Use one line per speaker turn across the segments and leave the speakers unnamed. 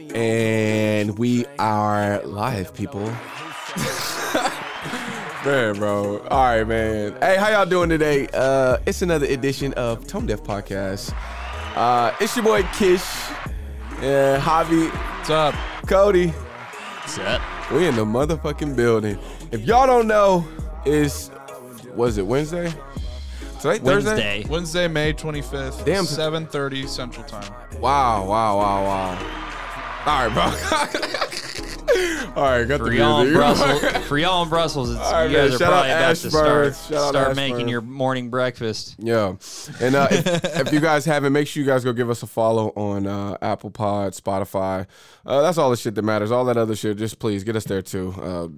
And we are live, people. man, bro. All right, man. Hey, how y'all doing today? Uh, it's another edition of Tone Deaf Podcast. Uh, it's your boy Kish, and Javi,
What's up?
Cody.
What's up?
We in the motherfucking building. If y'all don't know, it's was it Wednesday? Today, Thursday.
Wednesday.
Wednesday, May 25th,
Damn.
7.30 Central Time.
Wow, wow, wow, wow. All right, bro. All right, got
For
the
y'all in
music.
Brussels, for y'all in Brussels, it's,
All right,
you guys
man.
are
Shout
probably
out
about to
Ashburn.
start
Shout out
start making
Ashburn.
your morning breakfast.
Yeah. And uh, if, if you guys haven't, make sure you guys go give us a follow on uh, Apple Pod, Spotify. Uh, that's all the shit that matters. All that other shit, just please get us there too. Uh,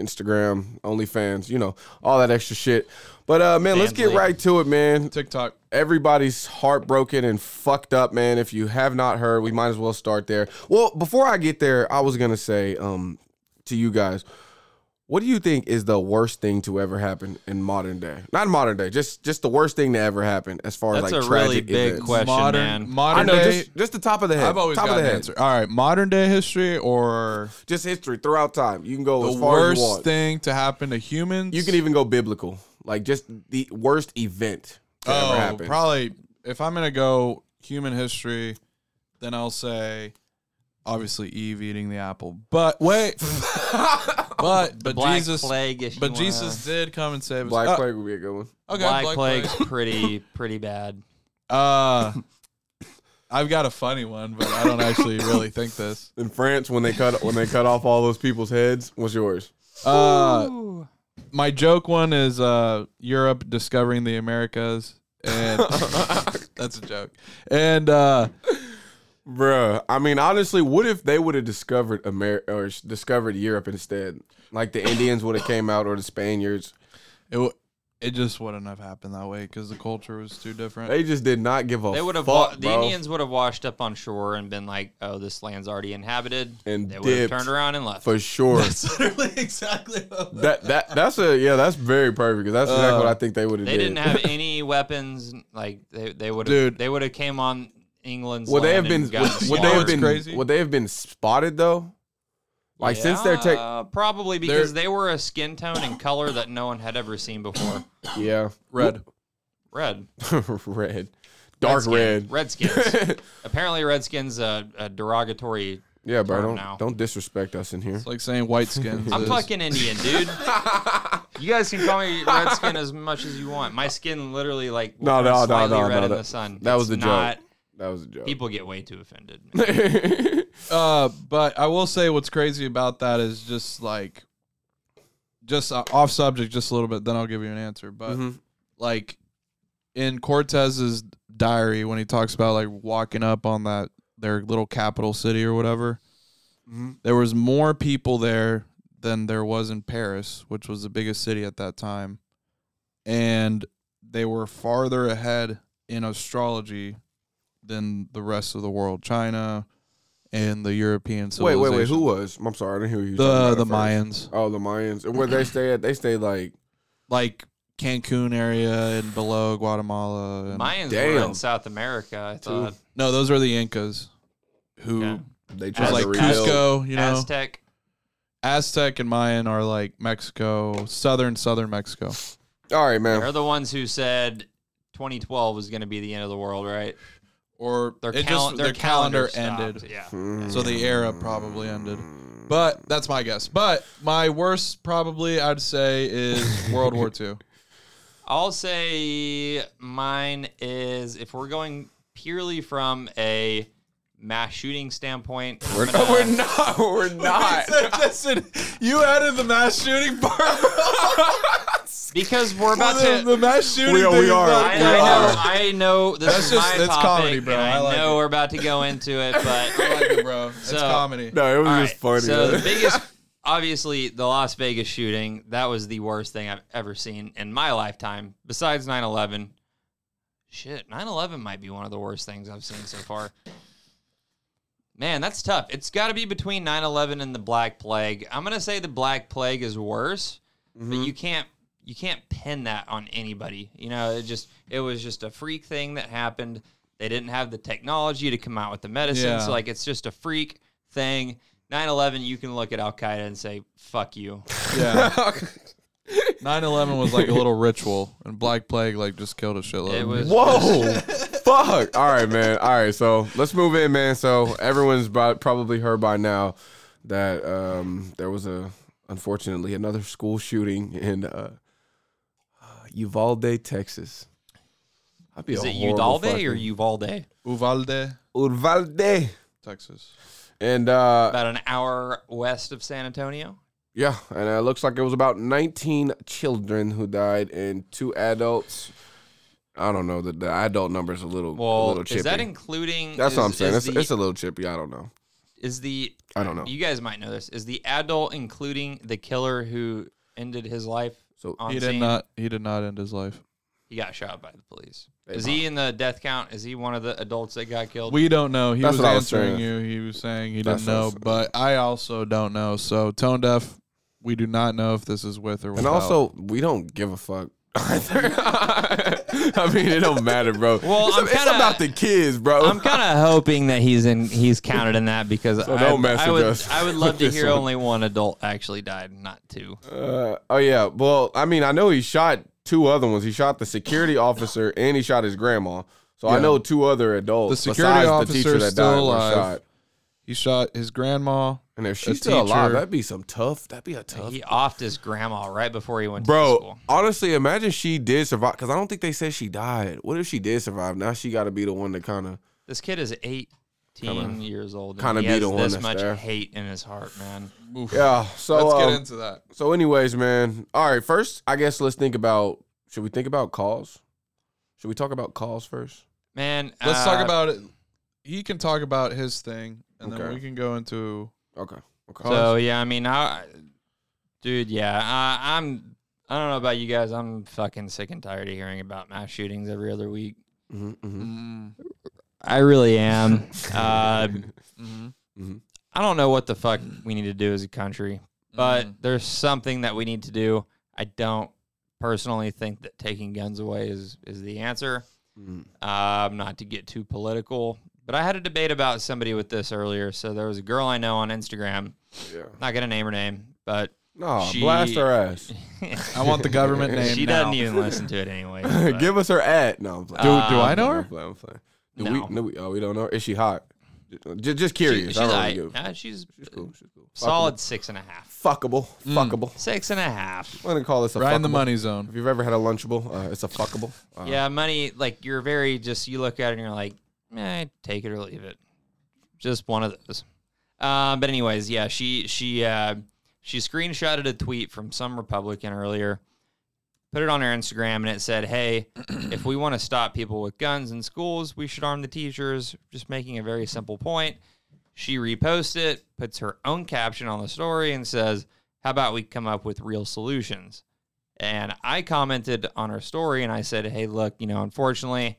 Instagram, OnlyFans, you know, all that extra shit. But uh, man, let's get
Family.
right to it, man.
TikTok.
Everybody's heartbroken and fucked up, man. If you have not heard, we might as well start there. Well, before I get there, I was gonna say um, to you guys, what do you think is the worst thing to ever happen in modern day? Not modern day, just just the worst thing to ever happen as far
That's
as like
a really
tragic
big
events.
question,
modern
man.
I
modern
know,
day.
just, just the top of the head.
I've always
top
got
of the head.
an answer. All right, modern day history or
Just history throughout time. You can go
the
as far as
worst
you want.
thing to happen to humans?
You can even go biblical, like just the worst event to ever
Oh,
happen.
probably. If I'm going to go human history, then I'll say obviously Eve eating the apple. But wait. but but
Black
Jesus
plague. if you
but
wanna-
Jesus did come and save us.
Black
Uh,
plague would be a good one.
Okay,
Black,
plague.
plague's pretty pretty bad.
Uh, I've got a funny one, but I don't actually really think this.
In France, when they cut when they cut off all those people's heads, what's yours?
Uh, my joke one is uh, Europe discovering the Americas, and that's a joke. And uh,
Bruh, I mean, honestly, what if they would have discovered America or s- discovered Europe instead? Like the Indians would have came out or the Spaniards.
it w- it just wouldn't have happened that way because the culture was too different.
They just did not give a
They would have
Oh, fuck,
wa- the
bro.
Indians would have washed up on shore and been like, "Oh, this land's already inhabited,"
And
they would have
dipped.
turned around and left.
for sure.
That's literally exactly what
that that that's a yeah, that's very perfect 'cause that's exactly
Uh,
what I think they would have.
they didn't have any weapons. Like they they would have
Dude.
they would have came on England's.
Would they have
land
been?
and gotten
Would, would they have
slaughtered.
been?
crazy?
Would they have been spotted though? Like since they're taking,
Yeah, probably because they were a skin tone and color that no one had ever seen before.
yeah,
red.
Red,
red, dark red.
Redskin- Redskins. Apparently, redskins a, a derogatory.
yeah, bro,
Dark
don't
now.
don't disrespect us in here.
It's like saying white skin.
I'm
is-
fucking Indian, dude. you guys can call me redskin as much as you want. My skin literally like will
No,
turn
no, no,
slightly
no,
red
no,
in
that-
the sun.
that was
It's
the joke.
not-
That was a joke.
People get way too offended.
Uh, but I will say what's crazy about that is just like, just uh, off subject, just a little bit. Then I'll give you an answer. But
Mhm.
like in Cortez's diary, when he talks about like walking up on that their little capital city or whatever,
Mhm.
there was more people there than there was in Paris, which was the biggest city at that time, and they were farther ahead in astrology than the rest of the world, China and the European
Wait,
civilization.
wait, wait. Who was? I'm sorry, I didn't hear who you. were
the
talking
the
about at first.
Mayans,
Oh, the Mayans. And where they stay at? They stay like
like Cancun area and below Guatemala. And,
Mayans were
Damn.
in South America. I thought
No, those are the Incas, who
Okay.
they
was
try
As-
like
to rebuild.
Cusco. You know, Aztec.
Aztec.
and Mayan are like Mexico, southern southern Mexico.
All right, man.
They're the ones who said 2012 was going to be the end of the world, right?
Or
Their,
it
cal-
just
their,
their calendar
stopped.
ended,
Yeah.
Mm.
so the era probably ended. But that's my guess. But my worst probably I'd say is World War II.
I'll say mine is if we're going purely from a mass shooting standpoint. We're,
We're not. We're not.
Listen, you added the mass shooting part.
because we're about to.
mass shooting.
We are- we thing is are. not
I, I
We
know. I know. This
That's
is
just-
my
that's
topic,
comedy, bro.
and I,
I like
know
it.
we're about to go into it, but
I like it, bro. It's
So-
comedy.
no, it was
All
just
right,
funny.
So
man.
the biggest, obviously, the Las Vegas shooting. That was the worst thing I've ever seen in my lifetime, besides 9/11. Shit, 9/11 might be one of the worst things I've seen so far. Man, that's tough. It's got to be between 9/11 and the Black Plague. I'm gonna say the Black Plague is worse,
Mm-hmm.
but you can't you can't pin that on anybody. You know, it just it was just a freak thing that happened. They didn't have the technology to come out with the medicine,
Yeah.
so like it's just a freak thing. 9/11, you can look at Al Qaeda and say "fuck you."
Yeah. 9/11 was like a little ritual, and Black Plague like just killed a shitload.
It
of
was
people.
Whoa. Fuck. All right, man. All right. So let's move in, man. So everyone's about, probably heard by now that um, there was a unfortunately another school shooting in uh, uh, Uvalde, Texas. I'd be
is
a
it
horrible
Udalde or Uvalde?
Uvalde,
fucking- Uvalde?
Texas.
And uh,
About an hour west of San Antonio.
yeah, and it looks like it was about 19 children who died and two adults. I don't know. The, the adult number is a little, a
Well,
little chippy.
is that including?
That's what
is-
I'm saying.
Is
It's,
the,
it's a little chippy. I don't know.
is the
I don't know.
you guys might know this? Is the adult including the killer who ended his life
So
on
He
scene?
did not. He did not end his life.
He got shot by the police.
Hey,
is he in the death count? Is he one of the adults that got killed?
We don't know. He
That's
was
what I was
answering
saying.
you. He was saying he
That's
didn't
what I
know,
was
but I also don't know. So tone deaf. We do not know if this is with or
and
without.
also, we don't give a fuck. Either. I mean, it don't matter, bro.
Well,
it's,
I'm
it's
kinda-
about the kids, bro.
I'm kind of hoping that he's in. He's counted in that because
So
I,
don't
I
message
would.
us
I would
with
love to
this
hear
one.
only one adult actually died, not two.
uh, oh yeah. Well, I mean, I know he shot two other ones. He shot the security officer and he shot his grandma. So I
Yeah.
know two other
The
adults.
security
besides
officer
the teacher
is
that
still
died
alive.
Were shot.
he shot his grandma.
And if she's
A
still alive,
teacher.
that'd be some tough. That'd be a tough.
He offed his grandma right before he went to
Bro,
school.
honestly, imagine she did survive. Because I don't think they said she died. What if she did survive? Now she got to be the one to kind of.
This kid is 18
Kinda-
years old. and
kinda
he
be
has
the one
this
that's
much
there.
hate in his heart, man.
Oof.
Yeah. So
Let's
um,
get into that.
So, anyways, man. All right. First, I guess let's think about. Should we think about calls? Should we talk about calls first?
Man,
Let's
uh,
talk about it. He can talk about his thing, and then
Okay.
we can go into.
Okay. Okay.
So yeah, I mean, I, dude, yeah, I, I'm. I don't know about you guys. I'm fucking sick and tired of hearing about mass shootings every other week.
Mhm, mhm,
mm-hmm.
I really am. uh,
Mhm.
I don't know what the fuck we need to do as a country, but there's something that we need to do. I don't personally think that taking guns away is is the answer.
mhm.
Um, not to get too political, but I had a debate about somebody with this earlier. So there was a girl I know on Instagram.
Yeah.
Not gonna name her name, but
No,
She-
blast her ass.
I want the government name.
she
now.
doesn't e- even listen to it anyway.
Give us her at. No, I'm playing.
Do, do
Um,
I know
I'm
her?
playing, I'm playing. Do
no.
we, no, we, oh, we don't know. her? Is she hot? Just, just curious.
she's
I don't really
alright.
give a-
Uh, she's
She's cool. She's cool.
solid six and a half.
Fuckable.
Mm.
Fuckable. fuckable.
Six and a half.
I'm gonna call this a
Right in the
fuckable.
money zone.
If you've ever had a lunchable, uh, it's a fuckable. Uh,
Yeah, money. Like you're very just. You look at it and you're like, eh, take it or leave it. Just one of those. Um, but anyways, yeah, she she uh, she screenshotted a tweet from some Republican earlier, put it on her Instagram, and it said, "Hey, if we want to stop people with guns in schools, we should arm the teachers." Just making a very simple point. She reposts it, puts her own caption on the story, and says, "How about we come up with real solutions?" And I commented on her story and I said, Hey, look, you know, unfortunately,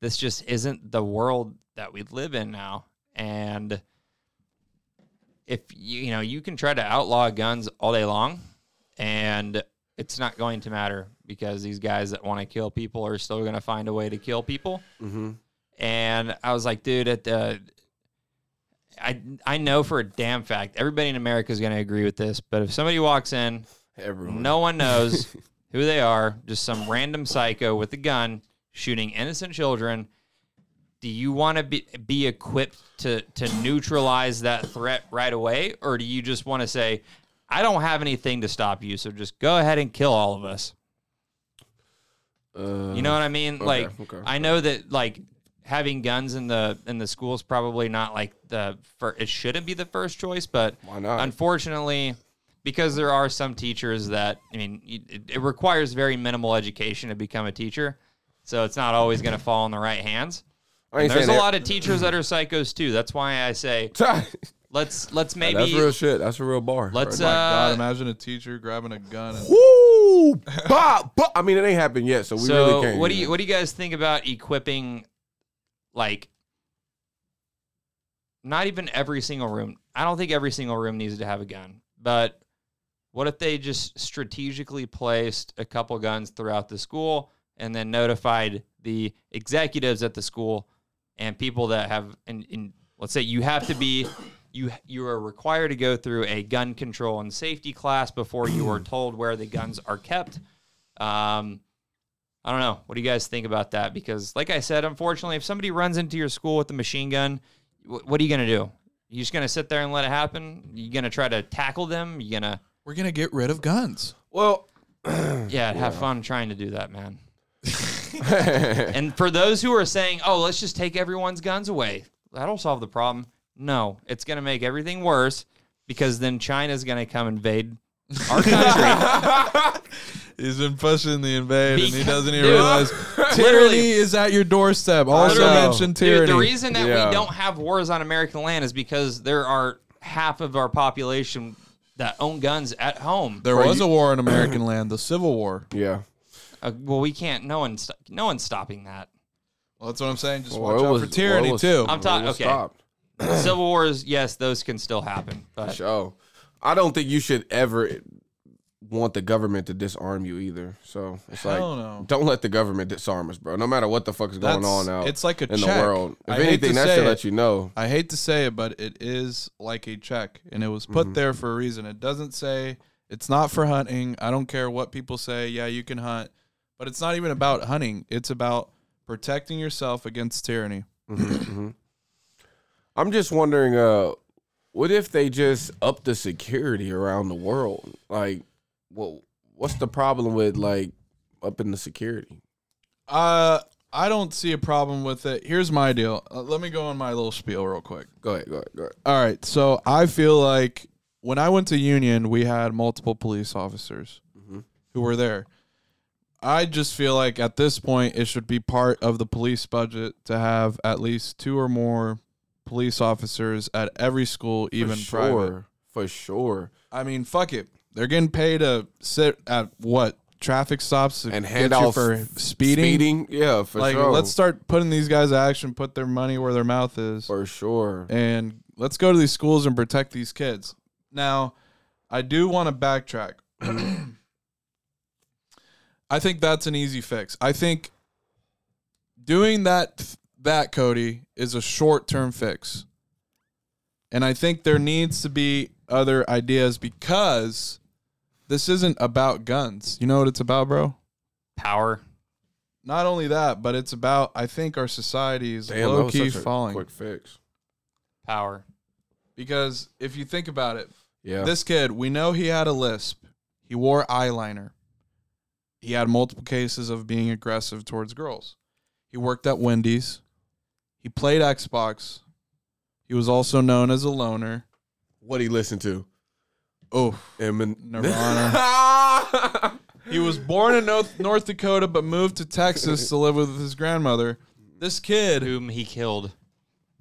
this just isn't the world that we live in now. And if you, you know, you can try to outlaw guns all day long and it's not going to matter because these guys that want to kill people are still going to find a way to kill people.
Mm-hmm.
And I was like, dude, at the, I, I know for a damn fact everybody in America is going to agree with this, but if somebody walks in
Everyone.
no one knows who they are. Just some random psycho with a gun shooting innocent children. Do you want to be, be equipped to to neutralize that threat right away, or do you just want to say, "I don't have anything to stop you, so just go ahead and kill all of us"?
Uh,
You know what I mean? like,
okay.
I know that like having guns in the in the schools probably not like the fir- it shouldn't be the first choice, but
Why not?
unfortunately because there are some teachers that i mean you- it, it requires very minimal education to become a teacher so it's not always going to fall in the right hands
I ain't
there's a
saying
lot of teachers that are psychos too that's why i say
that-
let's let's
That's
maybe
real shit. That's a real bar.
let's
right?
My God,
uh
imagine a teacher grabbing a gun. And,
Woo! Bah, bah. I mean, it ain't happened yet, so we
so
really can't.
what do you what do you guys think about equipping like not even every single room i don't think every single room needs to have a gun but what if they just strategically placed a couple guns throughout the school and then notified the executives at the school and people that have and, and let's say you have to be you you are required to go through a gun control and safety class before you are told where the guns are kept. Um, I don't know. What do you guys think about that? Because, like I said, unfortunately, if somebody runs into your school with a machine gun, wh- what are you going to do? You just going to sit there and let it happen? You going to try to tackle them? You going to,
We're gonna get rid of guns.
Well,
yeah, have fun trying to do that, man. and for those who are saying, oh, let's just take everyone's guns away, that'll solve the problem. No, it's going to make everything worse because then China's going to come invade our country.
He's been pushing the invade, and he
Because-
doesn't even
Dude.
realize tyranny
Literally.
is at your doorstep. Also
Literally.
mention tyranny.
Dude, the reason that
Yeah.
we don't have wars on American land is because there are half of our population that own guns at home.
there
Or
was
you-
a war in American land, the Civil War.
yeah.
Uh, well, we can't. No one's st- no one's stopping that.
Well, that's what I'm saying. Just
Well,
watch
it
out
was-
for tyranny
well, it was-
too.
I'm talking.
We'll
Okay,
stop.
civil wars. Yes, those can still happen. But
Show. I don't think you should ever want the government to disarm you either. So it's like,
Hell no.
don't let the government disarm us, bro. No matter what the fuck is going on
That's-
out
it's like a
in
check.
the world. If
I hate
anything,
to
that
say
should
it.
let you know.
I hate to say it, but it is like a check, and it was put
Mm-hmm.
there for a reason. It doesn't say it's not for hunting. I don't care what people say. Yeah, you can hunt, but it's not even about hunting. It's about protecting yourself against tyranny.
Mm-hmm, I'm just wondering, uh, what if they just up the security around the world? Like, well, what's the problem with like upping the security?
Uh, I don't see a problem with it. Here's my deal. Uh, let me go on my little spiel real quick.
Go ahead, go ahead, go ahead.
All right. So I feel like when I went to Union, we had multiple police officers
Mm-hmm.
who were there. I just feel like at this point, it should be part of the police budget to have at least two or more police officers at every school, even
for sure,
private.
for sure,
I mean, fuck it. They're getting paid to sit at what traffic stops to
and
get
hand
you
out
for
f-
speeding.
yeah, for
Like,
sure.
let's start putting these guys to action. Put their money where their mouth is
for sure.
and let's go to these schools and protect these kids. Now, I do want to backtrack. I think that's an easy fix. I think doing that that Cody is a short-term fix. And I think there needs to be other ideas because this isn't about guns. You know what it's about, bro?
power.
Not only that, but it's about I think our society is
Damn, that
low
was
key
such a
falling.
Quick fix.
Power.
Because if you think about it,
Yeah.
This kid, we know he had a lisp. He wore eyeliner. He had multiple cases of being aggressive towards girls. He worked at Wendy's. He played Xbox. He was also known as a loner.
what he listened to?
Oh,
Emin-
Nirvana. he was born in North, North Dakota but moved to Texas to live with his grandmother. This kid
Whom he killed.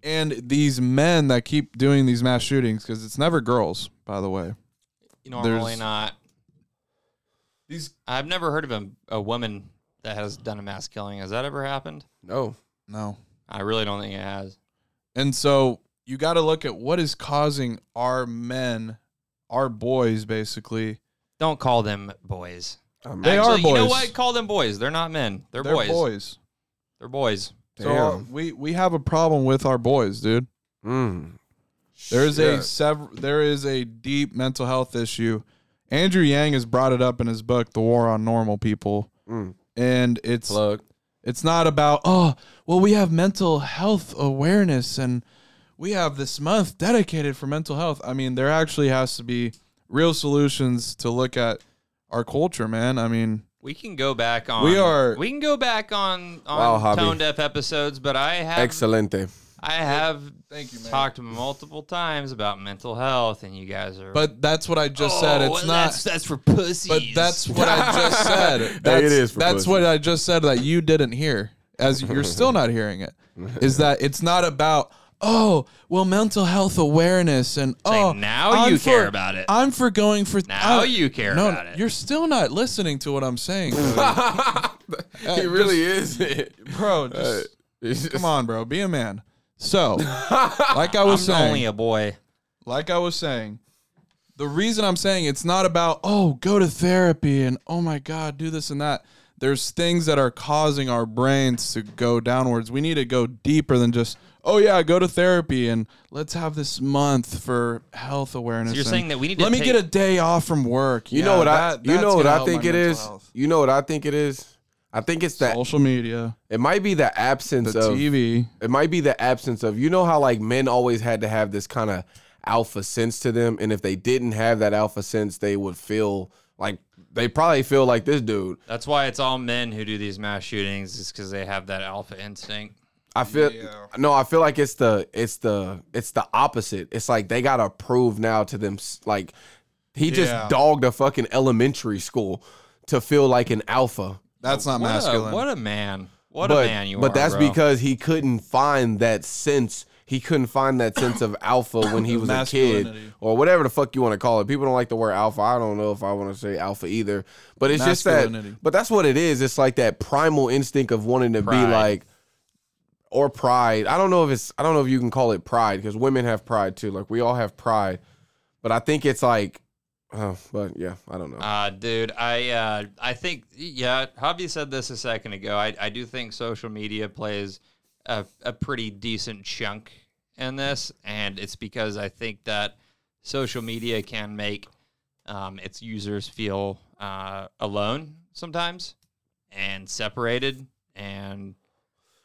and these men that keep doing these mass shootings because it's never girls, by the way.
Normally
There's-
not.
These
I've never heard of a, a woman that has done a mass killing. Has that ever happened?
no.
no.
I really don't think it has.
And so you got to look at what is causing our men, our boys, basically.
Don't call them boys.
I'm
They are
You know
boys.
what? Call them boys. They're not men. They're,
They're
boys.
boys.
They're boys.
So uh,
Damn.
we we have a problem with our boys, dude.
Mm.
There is a
Shit.
sever- there is a deep mental health issue. Andrew Yang has brought it up in his book, The War on Normal People,
Mm.
and it's
plug.
It's not about, oh, well, we have mental health awareness and we have this month dedicated for mental health. I mean, there actually has to be real solutions to look at our culture, man. I mean,
We can go back on.
We are-
We can go back on
Wow,
on
hobby.
tone deaf episodes, but I have
Excelente.
I have
Thank you, man.
talked multiple times about mental health, and you guys are.
but that's what I just
Oh,
said. It's
That's,
not.
that's for pussies.
But that's what I just said. That's,
is for
That's
pussies.
what I just said that you didn't hear, as you're still not hearing it. Is that it's not about oh well mental health awareness and oh
now you care
for-
about it.
I'm for going for
Now
I'm-
you care
no,
about it.
You're still not listening to what I'm saying, Cody.
he really is. Uh,
bro. Just come on, bro. Be a man. So, like I
I'm
was saying,
only a boy.
like I was saying, the reason I'm saying it's not about oh go to therapy and oh my god do this and that. There's things that are causing our brains to go downwards. We need to go deeper than just oh yeah, go to therapy and let's have this month for health awareness.
So you're
and
saying that we need to
let me
take-
get a day off from work.
You
Yeah,
know what
that-
I? You
that's
know what
gonna
I
help
think
my
it
mental
is.
health.
You know what I think it is. I think it's that.
Social media,
It might be the absence
the
of.
TV.
It might be the absence of. You know how like men always had to have this kind of alpha sense to them, and if they didn't have that alpha sense, they would feel like they probably feel like this dude.
That's why it's all men who do these mass shootings, is because they have that alpha instinct.
I feel
Yeah.
no. I feel like it's the it's the it's the opposite. It's like they gotta prove now to them. s- Like he just
Yeah.
dogged a fucking elementary school to feel like an alpha.
That's not
What a-
masculine.
what a man. What
but,
a man you
but
are.
that's
bro.
because he couldn't find that sense. He couldn't find that sense of alpha when he was a kid
Masculinity.
or whatever the fuck you want to call it. People don't like the word alpha. I don't know if I want to say alpha either. But it's just that
Masculinity.
but that's what it is. It's like that primal instinct of wanting to be
Pride.
like or pride. I don't know if it's I don't know if you can call it pride because women have pride too. Like we all have pride. But I think it's like oh, but yeah, I don't know.
Uh, dude, I uh, I think yeah, Javi said this a second ago. I, I do think social media plays a, a pretty decent chunk in this, and it's because I think that social media can make um, its users feel uh, alone sometimes and separated, and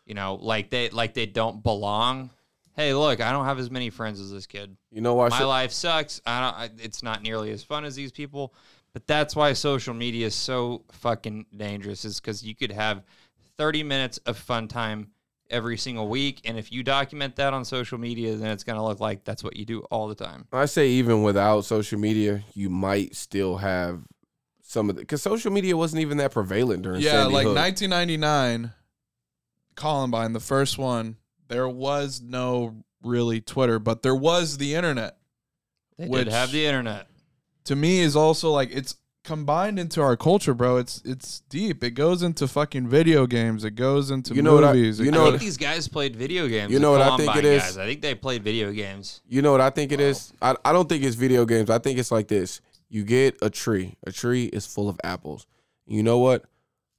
you know, like they like they don't belong. Hey, look, I don't have as many friends as this kid
you know why
my
so-
life sucks. I don't. I, it's not nearly as fun as these people. But that's why social media is so fucking dangerous. Is because you could have thirty minutes of fun time every single week, and if you document that on social media, then it's gonna look like that's what you do all the time.
I say even without social media, you might still have some of the because social media wasn't even that prevalent during
yeah,
Sandy
like
Hook.
1999, Columbine, the first one. There was no really Twitter, but there was the internet.
They
Which-
did have the internet.
to me is also like it's combined into our culture, bro. It's it's deep. It goes into fucking video games. It goes into
You know what I-
movies. It
you know
I
goes-
what-
think these guys played video games.
You
the
know what I think
Columbine
it is?
guys. I think they played video games.
You know what I think it is? I, I don't think it's video games. I think it's like this. You get a tree. A tree is full of apples. You know what?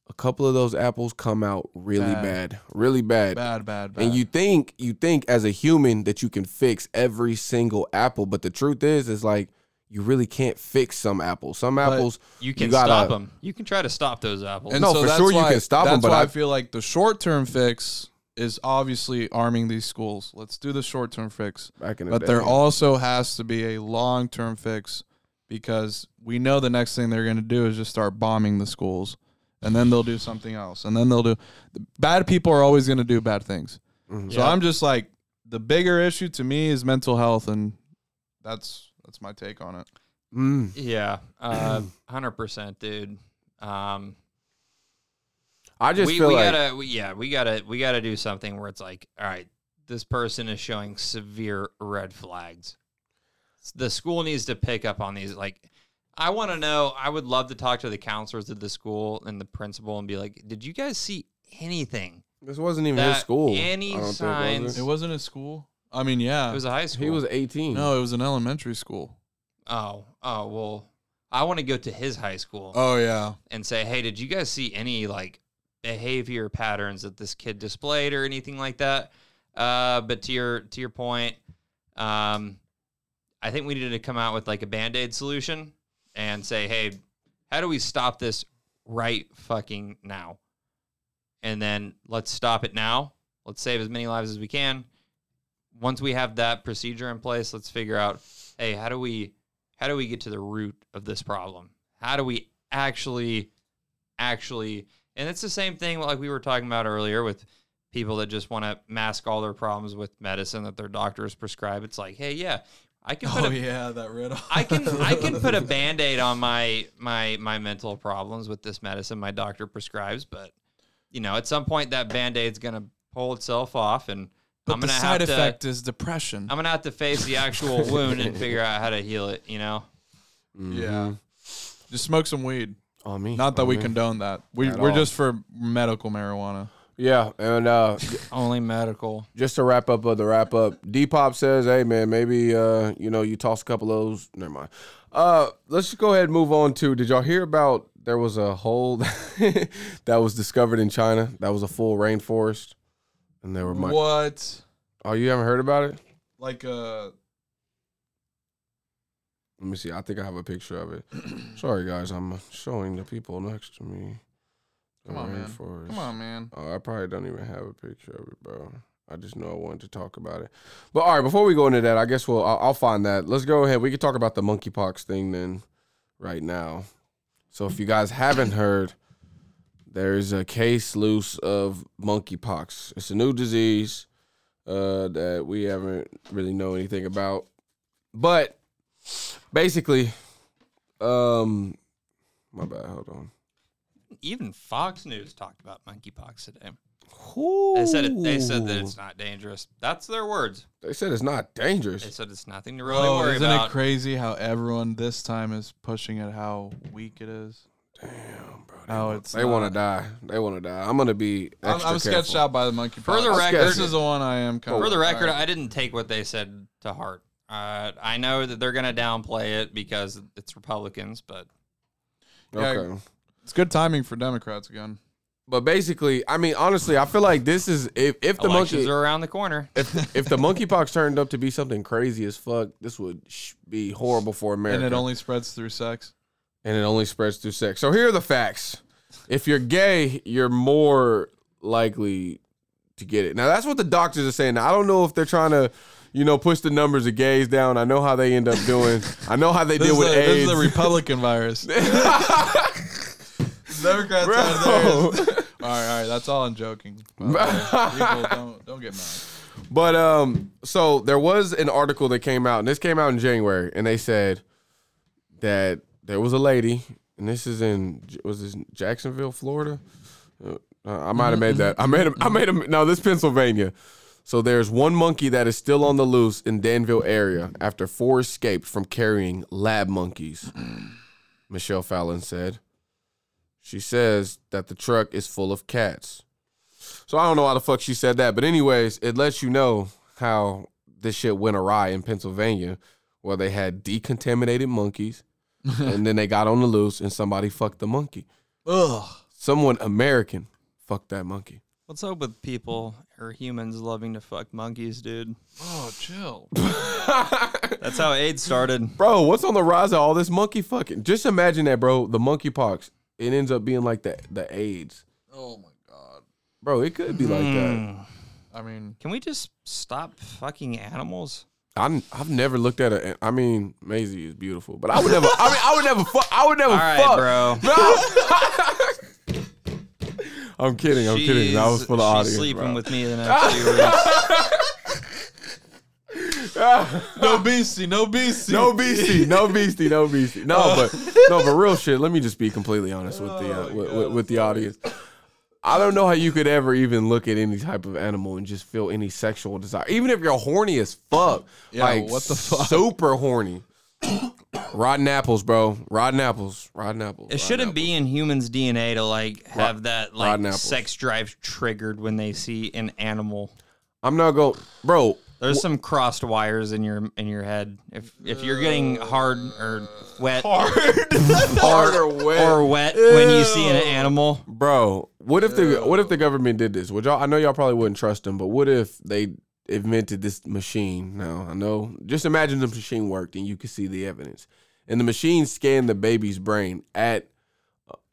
A couple of those apples come out really bad.
Bad.
Really bad.
bad, bad, bad.
And you think you think as a human that you can fix every single apple, but the truth is is like you really can't fix some apples. Some apples
You can
gotta-
stop them. You can try to stop those apples.
and
No,
so
for
that's
sure you
why-
can stop 'em,
That's
but
why
I-
I feel like the short term fix is obviously arming these schools. Let's do the short term fix,
back in the
but
day.
there also has to be a long term fix because we know the next thing they're going to do is just start bombing the schools. And then they'll do something else. And then they'll do bad people are always going to do bad things.
Mm-hmm.
So
Yeah.
I'm just like the bigger issue to me is mental health, and that's that's my take on it.
Mm.
yeah, uh, hundred percent, dude. Um,
I just
we,
feel
we
like
gotta we, yeah we gotta we gotta do something where it's like all right this person is showing severe red flags the school needs to pick up on these like i want to know i would love to talk to the counselors at the school and the principal and be like did you guys see anything
This wasn't even his
that
school.
any
I don't think, was
signs-
it?
It wasn't a school. I mean, yeah,
it was a high school
he was 18.
no, it was an elementary school.
oh oh well i want to go to his high school
Oh yeah,
and say hey did you guys see any like behavior patterns that this kid displayed or anything like that uh, but to your to your point um, I think we needed to come out with like a band aid solution and say, hey, how do we stop this right fucking now? And then let's stop it now. Let's save as many lives as we can. Once we have that procedure in place, let's figure out, hey, how do we how do we get to the root of this problem? How do we actually actually and it's the same thing like we were talking about earlier with people that just want to mask all their problems with medicine that their doctors prescribe. It's like, hey, yeah, I can put
oh
a
yeah, that riddle.
I can I can put a band-aid on my my my mental problems with this medicine my doctor prescribes, but you know, at some point that band-aid's gonna pull itself off and
But
I'm
the
gonna
side
have
effect
to
is depression.
I'm gonna have to face the actual wound and figure out how to heal it, you know?
Mm-hmm.
yeah, just smoke some weed.
On me.
Not that
On
we
me.
condone that. We
At
we're
all.
just for medical marijuana.
Yeah, and uh,
Only medical.
just to wrap up of the wrap up, Depop says, "Hey man, maybe uh, you know, you toss a couple of those. Never mind. Uh, let's just go ahead and move on to. Did y'all hear about? There was a hole that was discovered in China. That was a full rainforest, and there were. Mi-
What?
Oh, you haven't heard about it?
Like uh
Let me see. I think I have a picture of it. Sorry, guys. I'm showing the people next to me.
Come on, man.
rainforest.
come on, man.
Oh, I probably don't even have a picture of it, bro. I just know I wanted to talk about it. But all right, before we go into that, I guess we'll I'll, I'll find that. Let's go ahead. We can talk about the monkeypox thing then, right now. So if you guys haven't heard, there's a case loose of monkeypox. It's a new disease uh, that we haven't really know anything about, but basically, um, my bad. Hold on.
Even Fox News talked about monkeypox today.
Ooh.
They said it, they said that it's not dangerous. That's their words.
They said it's not dangerous.
They said it's nothing to really
Oh,
worry
isn't
about.
it crazy how everyone this time is pushing it how weak it is?
Damn, bro.
Oh, it's
They want to
not.
die. They want to die. I'm gonna be.
I'm,
Extra
I'm sketched
careful.
out by the monkey.
For the
pox.
record-
this is the one I am kind
For
of.
the record, I didn't take what they said to heart. Uh, I know that they're going to downplay it because it's Republicans, but
Yeah.
Okay.
it's good timing for Democrats again.
But basically, I mean, honestly, I feel like this is if if the
elections
monkey
are around the corner.
if, if the monkeypox turned up to be something crazy as fuck, this would sh- be horrible for America.
And it only spreads through sex.
and it only spreads through sex. So here are the facts. If you're gay, you're more likely to get it. Now that's what the doctors are saying. Now, I don't know if they're trying to, you know, push the numbers of gays down. I know how they end up doing. I know how they
This,
deal
is,
with
the, this is
AIDS.
the Republican virus. Democrats
Bro.
out there. All right, all right. That's all I'm joking. by the way. People don't, don't get mad.
But um, so there was an article that came out, and this came out in January, and they said that there was a lady, and this is in was this in Jacksonville, Florida. Uh, I might have made that. I made him. I made him. No, this Pennsylvania. So there's one monkey that is still on the loose in Danville area after four escaped from carrying lab monkeys. Michelle Fallon said. She says that the truck is full of cats. So I don't know how the fuck she said that, but anyways, it lets you know how this shit went awry in Pennsylvania, where they had decontaminated monkeys, and then they got on the loose and somebody fucked the monkey.
Ugh.
Someone American fucked that monkey.
What's up with people or humans loving to fuck monkeys, dude?
Oh, chill.
That's how AIDS started.
Bro, what's on the rise of all this monkey fucking? Just imagine that, bro. The monkeypox. It ends up being like the the AIDS,
Oh my god.
bro. It could be like that.
Mm.
I mean,
Can we just stop fucking animals?
I'm, I've never looked at it. I mean, Maisie is beautiful, but I would never. I mean, I would never fuck. I would never
All right,
fuck.
bro.
I'm kidding. I'm kidding. That was
She's-
for the
she's
audience.
sleeping
bro.
with me the next few weeks.
no beastie, no beastie.
no beastie, no beastie, no beastie. No, but no, but real shit. Let me just be completely honest with the uh,
Oh,
with,
God,
with, with the audience. I don't know how you could ever even look at any type of animal and just feel any sexual desire, even if you're horny as fuck.
Yeah,
like
what the fuck?
Super horny. rotten apples, bro. Rotten apples. Rotten apples.
It shouldn't be in humans' DNA to like have that
rotten
like
apples.
sex drive triggered when they see an animal.
I'm not going, bro.
There's some crossed wires in your in your head. If if you're getting hard or wet
Hard or wet.
or wet when you see an animal,
Bro, what if the what if the government did this? Would y'all? I know y'all probably wouldn't trust them, but what if they invented this machine? Now I know. Just imagine the machine worked and you could see the evidence, and the machine scanned the baby's brain at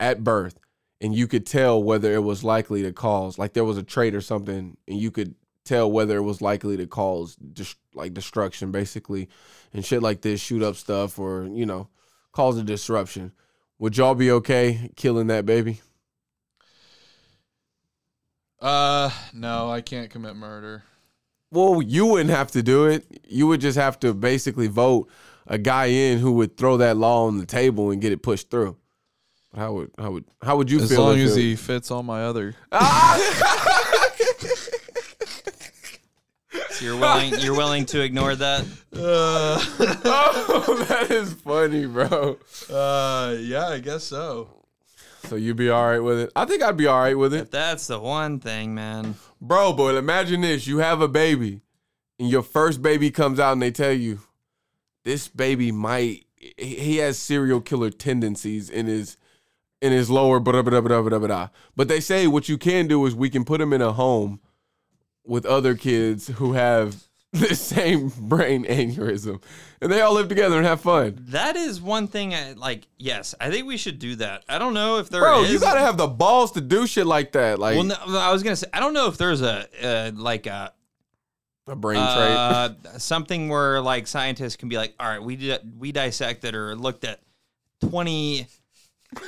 at birth, and you could tell whether it was likely to cause like there was a trait or something, and you could tell whether it was likely to cause dis- like destruction, basically, and shit like this, shoot up stuff, or you know, cause a disruption. Would y'all be okay killing that baby?
Uh, no, I can't commit murder.
Well, you wouldn't have to do it. You would just have to basically vote a guy in who would throw that law on the table and get it pushed through. How would how would how would you
As
feel?
long
if
as
it-
he fits all my other.
so you're willing you're willing to ignore that.
Oh, that is funny, bro.
Uh, yeah, I guess so.
So you'd be all right with it? I think I'd be all right with it,
That's the one thing, man.
bro. But imagine this: you have a baby, and your first baby comes out, and they tell you this baby might he he has serial killer tendencies in his in his lower blah, blah, blah, blah, blah, blah. but they say what you can do is we can put him in a home with other kids who have the same brain aneurysm, and they all live together and have fun.
That is one thing. I, like, yes, I think we should do that. I don't know if there
Bro, you
is-
gotta have the balls to do shit like that, like
Well, no, I was gonna say I don't know if there's a uh, like a
a brain trait.
uh, something where like scientists can be like, all right, we did, we dissected or looked at twenty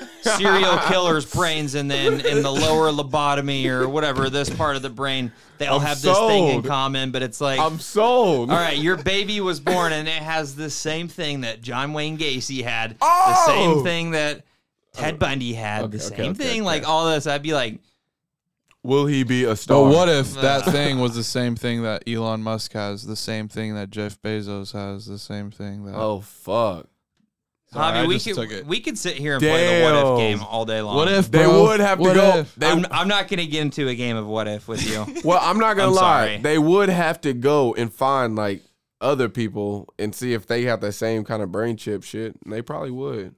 serial killers' brains, and then in the lower lobotomy or whatever this part of the brain, they all
I'm
have this thing in
sold.
common. But it's like,
I'm sold.
all right, your baby was born and it has the same thing that John Wayne Gacy had,
Oh!
the same thing that Ted Bundy had, the
okay,
same
okay,
thing,
okay.
like all this. I'd be like,
Will he be a star?
But what if that thing was the same thing that Elon Musk has, the same thing that Jeff Bezos has, the same thing that
Oh fuck!
Sorry,
Javi,
I
we
just
could
took it.
we could sit here and play the what if
Damn.
game all day long.
What if
Um, They
bro?
would have to
What
go.
if?
They,
I'm, I'm not going to get into a game of what if with you.
well, I'm not gonna
I'm
lie.
sorry.
They would have to go and find like other people and see if they have the same kind of brain chip shit. And they probably would.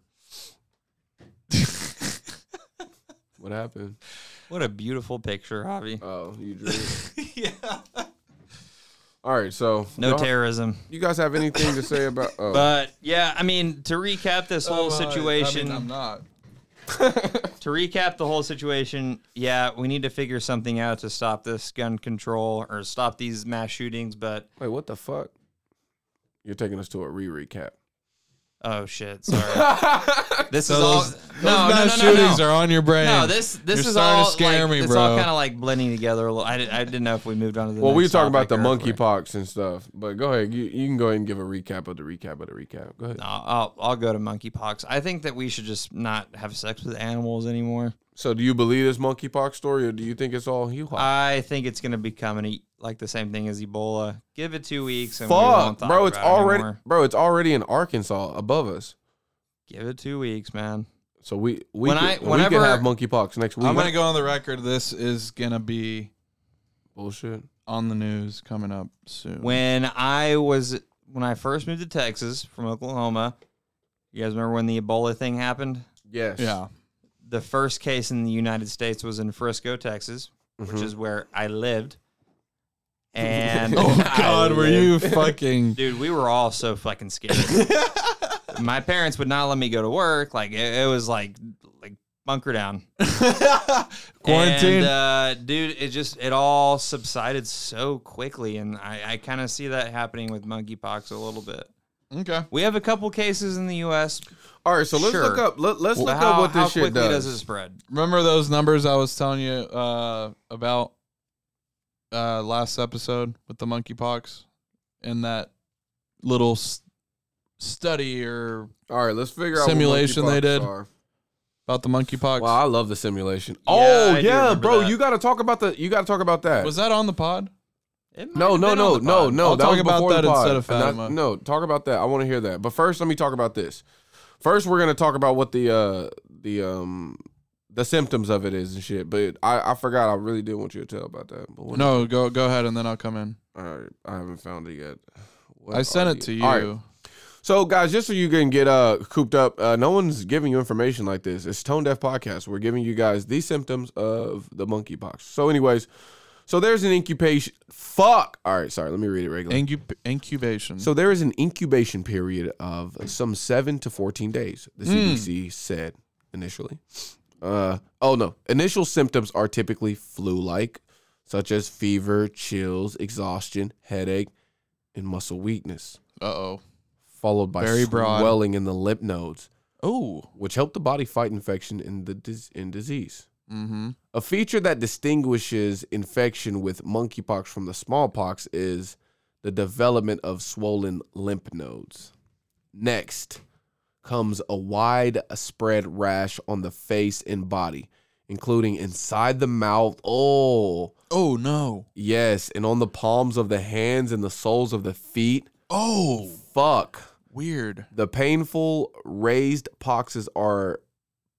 what happened?
what a beautiful picture, Javi.
Oh, you drew. it.
yeah.
All right, so
No
y'all-
terrorism.
You guys have anything to say about? Oh.
But yeah, I mean, to recap this
Oh,
whole situation,
uh, I'm not.
to recap the whole situation, yeah, we need to figure something out to stop this gun control or stop these mass shootings. But
Wait, what the fuck? You're taking us to a re recap.
oh shit, sorry. this
So
is all.
those,
no, no, no,
mass
no, no,
shootings are on your brain.
No, this this
You're
is
starting
all
to scare
like,
me,
it's
bro.
all kind of like blending together. A little. I, did, I didn't know if we moved on to the.
Well, we were
next
talking about the
topic or if we're-
monkeypox and stuff, but go ahead. You, you can go ahead and give a recap of the recap of the recap. Go ahead.
No, I'll I'll go to monkeypox. I think that we should just not have sex with animals anymore.
So, do you believe this monkeypox story, or do you think it's all hoo ha?
I think it's gonna become an e- like the same thing as Ebola. Give it two weeks and we
Fuck,
won't talk
bro! It's
about it
already,
anymore.
bro! It's already in Arkansas above us.
Give it two weeks, man.
So we we
When
could,
I-
we could
whenever-
have monkeypox next week.
I'm gonna go on the record. This is gonna be
Bullshit.
on the news coming up soon.
When I was when I first moved to Texas from Oklahoma, you guys remember when the Ebola thing happened?
Yes.
yeah,
The first case in the United States was in Frisco, Texas, which
Mhm.
is where I lived. And
Oh God,
I
were you fucking?
Dude, we were all so fucking scared. My parents would not let me go to work. Like it, it was like like bunker down.
Quarantine.
And, uh, dude, it just it all subsided so quickly, and I, I kind of see that happening with monkeypox a little bit.
okay.
We have a couple cases in the U.S.
All right. So let's
Sure.
look up. Let, us
but
look
how,
up what
how
this shit
quickly
does.
does. it spread?
Remember those numbers I was telling you uh, about uh, last episode with the monkeypox and that little s- study or
all right. Let's figure out
Simulation
what
they
monkeypox
did.
Are.
about the monkeypox.
Wow, I love the simulation.
Yeah,
oh
I do
yeah,
remember
bro,
that.
you got to talk about the. You got to talk about that.
Was that on the pod?
It might
no,
have
no,
been
no,
on the
no,
pod.
no.
I'll
that
talk
was
about
before
that
the pod.
instead of
And I-
Fatima.
no, talk about that. I want to hear that. But first, let me talk about this. First, we're gonna talk about what the uh the um the symptoms of it is and shit. But I I forgot. I really did want you to tell about that. But what,
No, go go ahead and then I'll come in.
all right, I haven't found it yet. What
I sent
are
it to you.
oh, All right, so, guys, just so you can get uh, cooped up, uh, no one's giving you information like this. It's Tone Deaf Podcast. We're giving you guys these symptoms of the monkeypox. So, anyways, so there's an incubation. Fuck. All right, sorry. Let me read it regularly.
Incub- incubation.
So there is an incubation period of some seven to fourteen days.
Hmm.
The CDC said initially. Uh, oh no! Initial symptoms are typically flu-like, such as fever, chills, exhaustion, headache, and muscle weakness,
uh oh.
followed by
Very broad.
swelling in the lymph nodes,
Oh.
which help the body fight infection and the dis- and disease.
Mm-hmm.
A feature that distinguishes infection with monkeypox from the smallpox is the development of swollen lymph nodes. Next comes a wide spread rash on the face and body, including inside the mouth. Oh,
Oh no.
yes, and on the palms of the hands and the soles of the feet.
Oh,
Fuck.
weird.
The painful raised poxes are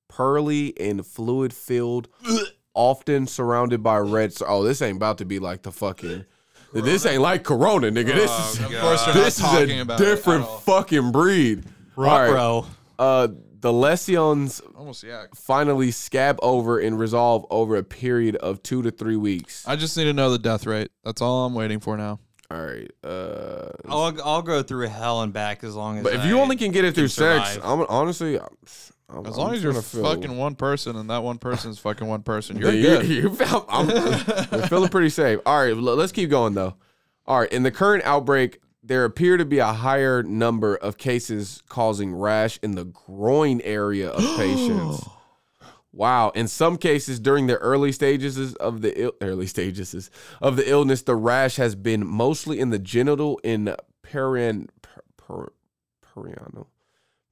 pearly and fluid filled, often surrounded by red. So, oh, this ain't about to be like the fucking. This ain't like Corona, nigga. This is
Of course, we're not
this is
Oh, talking
a
about it at
different
all.
fucking breed. All right.
bro.
Uh, the lesions
Almost yeah.
finally scab over and resolve over a period of two to three weeks.
I just need to know the death rate. That's all I'm waiting for now.
All right. Uh,
I'll I'll go through hell and back as long as.
but if
I-
you only can get it through sex,
survive.
I'm honestly. I'm, I'm-
As long
I'm
as you're
tryna feel-
fucking one person and that one person's fucking one person,
Yeah,
you're good.
You're, feel- I'm, I'm feeling pretty safe. All right, l- let's keep going though. All right, in the current outbreak, there appear to be a higher number of cases causing rash in the groin area of patients. Wow! In some cases, during the early stages of the Ill- early stages of the illness, the rash has been mostly in the genital and perin per, per, perianal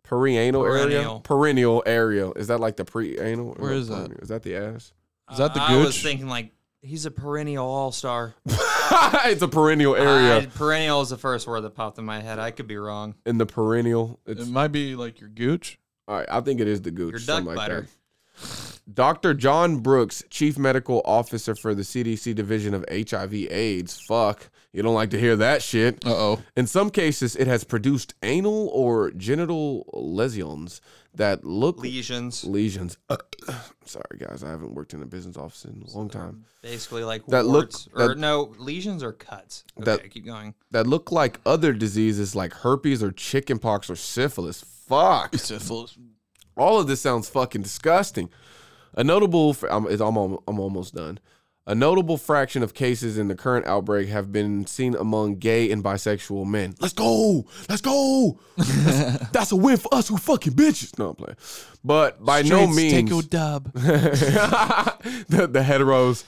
perianal area
Perennial.
perennial area. Is that like the preanal?
Where is that?
perennial. Is that the ass?
Is that the
I was
gooch?
thinking like he's a perennial all star.
it's a perennial area.
perennial is the first word that popped in my head. I could be wrong.
in the perennial, it's
It might be like your gooch.
all right. I think it is the gooch.
Your duck
something like
butter.
that. Dr. John Brooks, Chief Medical Officer for the CDC Division of HIV/AIDS. Fuck, you don't like to hear that shit.
Uh oh.
In some cases, it has produced anal or genital lesions that look
Lesions,
lesions. Uh, Sorry, guys, I haven't worked in a business office in a long time.
basically like
That look-
warts or
that-
no lesions or cuts. Okay,
That-
keep going.
That look like other diseases like herpes or chickenpox or syphilis. Fuck.
Syphilis.
All of this sounds fucking disgusting. A notable, fr- I'm, it's- I'm, al- I'm almost done. A notable fraction of cases in the current outbreak have been seen among gay and bisexual men. Let's go, let's go. That's, that's a win for us who fucking bitches. No, I'm playing. But by no means,
Take a dub.
the, the heteros.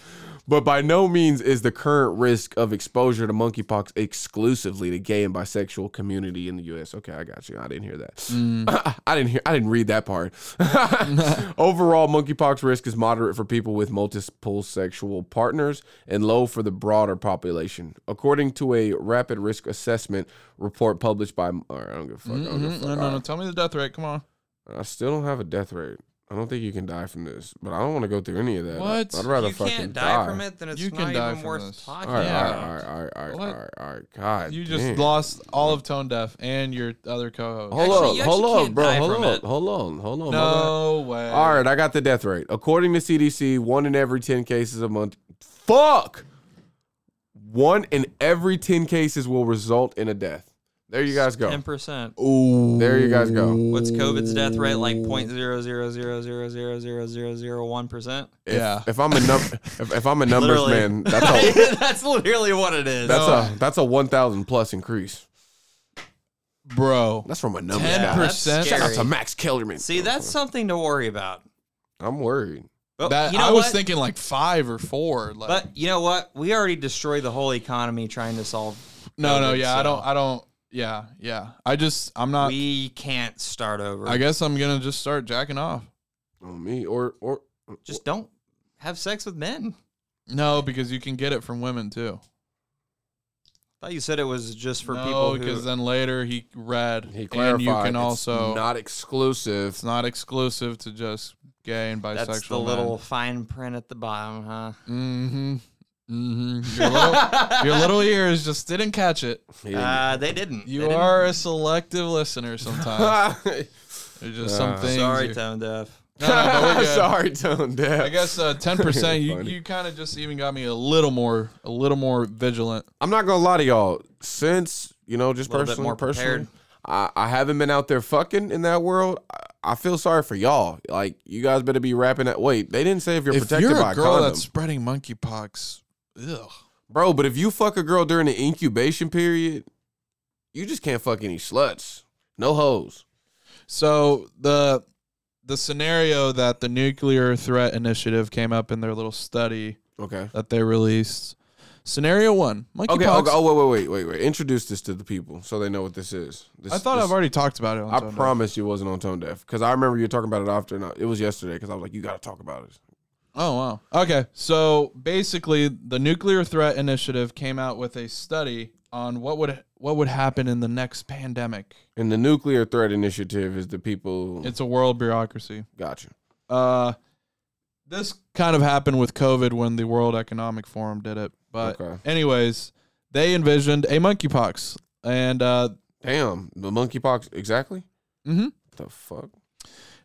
But by no means is the current risk of exposure to monkeypox exclusively the gay and bisexual community in the U.S. Okay, I got you. I didn't hear that.
Mm-hmm.
I didn't hear. I didn't read that part. Overall, monkeypox risk is moderate for people with multiple sexual partners and low for the broader population, according to a rapid risk assessment report published by. All right, I don't give a fuck. I don't give a
Mhm.
fuck.
No,
All
no,
right.
no. Tell me the death rate. Come on.
I still don't have a death rate. I don't think you can die from this, but I don't want to go through any of that.
What?
I'd rather
you
fucking
can't die,
die.
from it, then it's
You
not
can die
even
from
worth
this.
talking.
All right,
Yeah.
all right, all right, all right, all
What?
right, all right. God,
You just
damn.
lost all of Tone Deaf and your other co host.
Hold
Actually, you
on,
actually
hold on,
can't
bro.
die
Hold
from
on,
it.
hold on, hold on. my bad.
No way.
All right, I got the death rate. According to CDC, one in every ten cases a month. Fuck. One in every ten cases will result in a death. There you guys go.
Ten percent.
Ooh.
There you guys go.
What's COVID's death rate like? Point zero zero zero zero zero zero zero zero one percent.
Yeah.
If I'm a num- if, if I'm a numbers
Literally.
man, that's all.
That's literally what it is.
That's
No.
a that's a one thousand plus increase.
Bro.
That's from a number.
Ten
guy.
that's
percent.
Shout out to
scary.
Max Kellerman.
See, that's something to worry about.
I'm worried.
But
That
you know
I was
what?
thinking like five or four. Like,
But you know what? We already destroyed the whole economy trying to solve.
no, no,
COVID,
yeah, I
so
don't, I don't, yeah, yeah. I just, I'm not.
we can't start over.
Uh, I guess I'm gonna just start jacking off.
On me or or
Just don't have sex with men.
No, because you can get it from women too.
thought you said it was just for
no,
people
because
who.
then later he read,
he
and
clarified.
you can
it's
also,
not exclusive.
it's not exclusive to just gay and bisexual.
That's the little fine print at the bottom, huh?
Mm-hmm. Mm-hmm. Your little, your little ears just didn't catch it. Ah.
Uh, they didn't.
You
They didn't.
are a selective listener sometimes. There's just some
Uh,
things.
sorry,
you-
tone deaf.
No, no, but we're good.
Sorry, tone deaf.
I guess uh, 10%, you,
Funny.
you kind of just even got me a little more, a little more vigilant.
I'm not gonna lie to y'all. Since you know, just
Little bit
personally,
more
personally,
prepared.
I, I haven't been out there fucking in that world. I, I feel sorry for y'all. Like you guys better be rapping that. Wait, they didn't say if you're
If
protected
you're
by
a girl
condom,
that's spreading monkeypox, ugh.
bro. But if you fuck a girl during the incubation period, you just can't fuck any sluts, no hoes.
So the the scenario that the nuclear threat initiative came up in their little study
Okay.
that they released. Scenario one, monkeypox.
Okay. okay. Oh wait, wait, wait, wait, wait. Introduce this to the people so they know what this is. This,
I thought
this-
I've already talked about it. On
I
Sunday.
promise you wasn't on tone deaf because I remember you talking about it after. And I, it was yesterday because I was like, you got to talk about it.
Oh wow. Okay. So basically, the nuclear threat initiative came out with a study on what would what would happen in the next pandemic.
And the nuclear threat initiative is the people.
It's a world bureaucracy.
gotcha.
Uh, this kind of happened with COVID when the World Economic Forum did it. But
Okay.
anyways, they envisioned a monkeypox, and uh,
Damn, the monkeypox exactly.
mhm.
The fuck.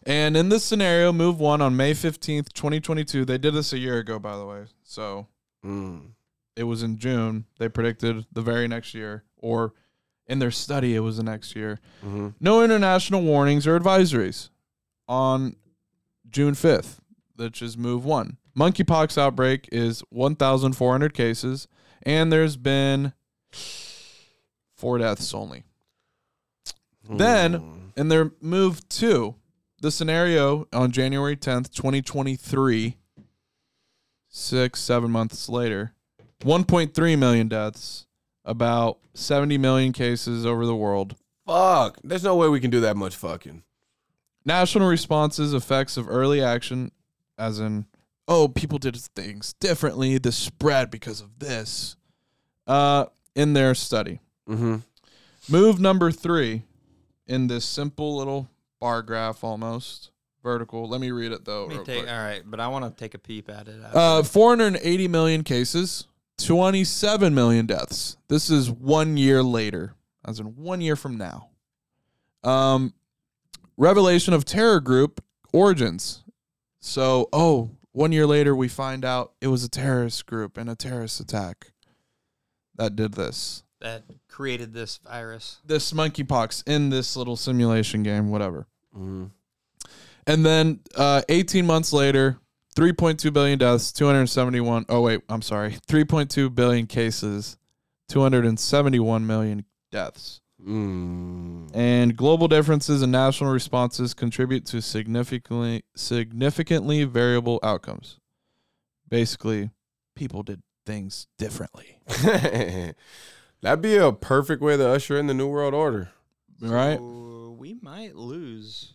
And in this scenario, move one on May 15th, 2022. They did this a year ago, by the way. So
Mm.
it was in June. They predicted the very next year, or in their study, it was the next year.
Mhm.
No international warnings or advisories on June 5th, which is move one. Monkeypox outbreak is 1,400 cases, and there's been four deaths only.
mm-hmm.
Then, in their move two, the scenario on January 10th, 2023, six, seven months later, 1.3 million deaths, about 70 million cases over the world.
Fuck. There's no way we can do that much fucking.
National responses, effects of early action, as in, oh, people did things differently, the spread because of this, uh, in their study.
Mm-hmm.
Move number three in this simple little bar graph almost vertical. Let me read it though.
Let me
real
take,
quick.
all right, but I want to take a peep at it.
Uh, 480 million cases, 27 million deaths. This is one year later, as in one year from now. Um, revelation of terror group origins. So, oh, one year later, we find out it was a terrorist group and a terrorist attack that did this.
that created this virus.
This monkeypox in this little simulation game, whatever.
Mm-hmm.
And then uh, 18 months later, 3.2 billion deaths, 271. Oh, wait, I'm sorry. 3.2 billion cases, 271 million deaths.
Mm.
And global differences in national responses contribute to significantly, significantly variable outcomes. Basically, people did things differently,
That'd be a perfect way to usher in the New World Order.
right?
So we might lose.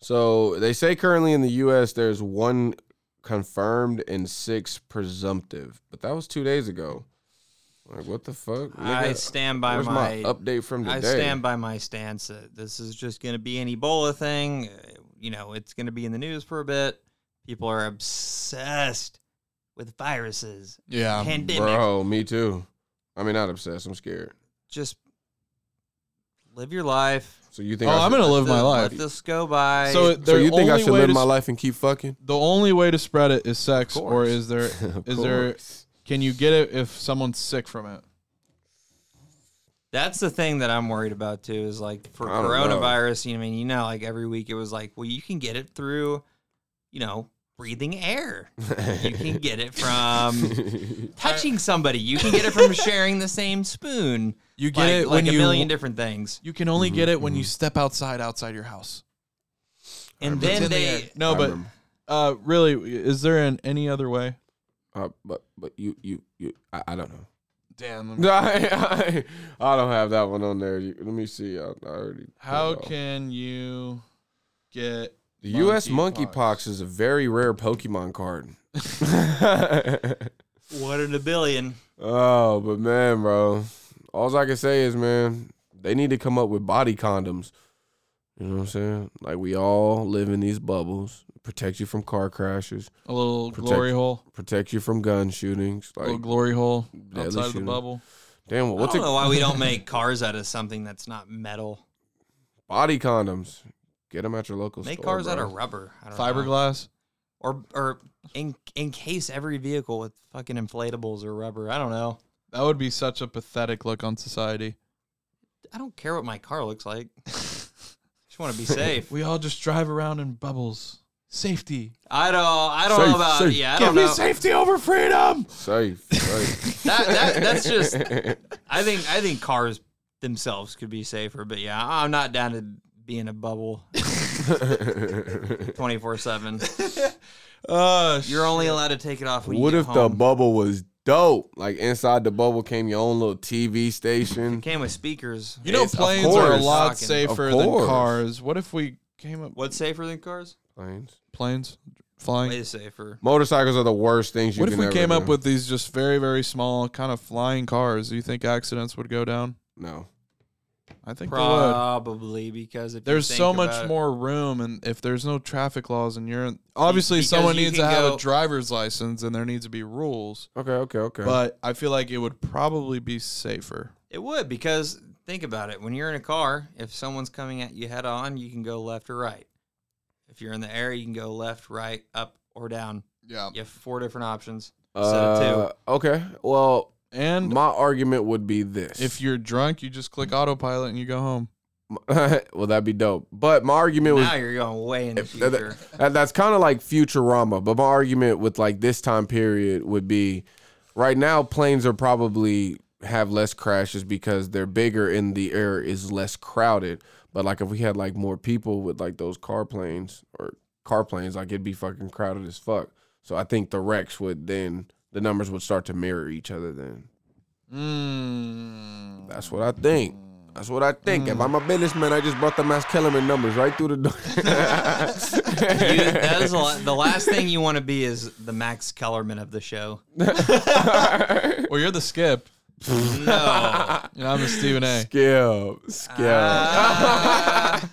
So they say currently in the U.S. there's one confirmed and six presumptive, but that was two days ago. Like what the fuck?
I
Nigga,
stand by
where's
my.
my, update from today?
I stand by my stance that this is just going to be an Ebola thing. Uh, You know, it's going to be in the news for a bit. People are obsessed with viruses.
Yeah.
Pandemic.
Bro, me too. I mean, not obsessed. I'm scared.
Just live your life.
So you
Oh,
think? I
I'm
should,
going to live my
Let-
life.
Let this go by.
So
So
their
you think I
only
should
way
live
to
my
s-
life and keep fucking?
The only way to spread it is sex, or
course.
is there
Of
is there-
course.
Can you get it if someone's sick from it?
That's the thing that I'm worried about too. Is like for
I don't know.
coronavirus, you know, I mean, you know, like every week it was like, well, you can get it through, you know, breathing air. You can get it from touching somebody. You can get it from sharing the same spoon.
You
Like, like a million different things.
you can only
get it when you
step outside outside your house.
And
remember.
then they
no,
I
but
remember.
uh, really, is there an any other way?
Uh, but but you you you I, I don't know.
Damn.
I, I, I don't have that one on there. You- Let me see. I, I already.
How
oh.
can you get?
The U.S.
monkeypox?
monkeypox is a very rare Pokemon card.
one in a billion.
oh, but man, bro, all I can say is, man, they need to come up with body condoms. You know what I'm saying? Like we all live in these bubbles. Protect you from car crashes.
A little
Protect-
glory hole.
Protect you from gun shootings.
A little
Like,
glory hole
deadly
outside of the
shooting.
bubble.
damn, well,
I
what's
don't know
it?
why we don't make cars out of something that's not metal.
Body condoms. Get them at your local
Make
store,
cars out
bro.
of rubber. I don't know.
Fiberglass.
Or or in, encase every vehicle with fucking inflatables or rubber. I don't know.
That would be such a pathetic look on society.
I don't care what my car looks like. just want to be safe.
We all just drive around in bubbles. Safety.
I don't. I don't
Safe,
know about.
safe.
Yeah, I don't know.
safety over freedom.
Safe. safe.
That, that, that's just. I think. I think cars themselves could be safer, but yeah, I'm not down to be in a bubble 24 seven.
Uh,
You're only allowed to take it off when you
what
get
if the
home.
bubble was dope? Like inside the bubble came your own little TV station.
Came with speakers.
You know,
Yes, of
planes are a
course.
lot
Fucking-
safer
Of
than
course.
cars. What if we came up with
What's safer than cars?
Planes.
planes flying?
Way safer.
Motorcycles are the worst things you
what if
can
we
ever
came up
do.
with these just very, very small kind of flying cars? Do you think accidents would go down?
No.
I think they would.
Probably because if you
There's
think
so much
about it-
more room, and if there's no traffic laws, and you're in, obviously
because
someone
you
needs to
can
have a
go-
driver's license, and there needs to be rules.
Okay, okay, okay.
But I feel like it would probably be safer.
It would because think about it. When you're in a car, if someone's coming at you head on, you can go left or right. If you're in the air, you can go left, right, up, or down.
Yeah.
You have four different options.
Uh, okay. Well,
And
my argument would be this.
if you're drunk, you just click autopilot and you go home.
well, that'd be dope. But my argument was
now you're going way in the
If- that- that-
future.
that, that's kind of like Futurama. But my argument with like this time period would be, right now planes are probably have less crashes because they're bigger and the air is less crowded. But like if we had like more people with like those car planes or car planes, like it'd be fucking crowded as fuck. So I think the wrecks would then the numbers would start to mirror each other. Then
Hmm.
Mm.
that's what I think. That's what I think.
Mm.
If I'm a businessman, I just brought the Mass Kellerman numbers right through the door.
You- that is a lot, the last thing you want to be is the Max Kellerman of the show.
Well, you're the skip.
No.
And I'm the Stephen A.
Skip, skip.
Ah.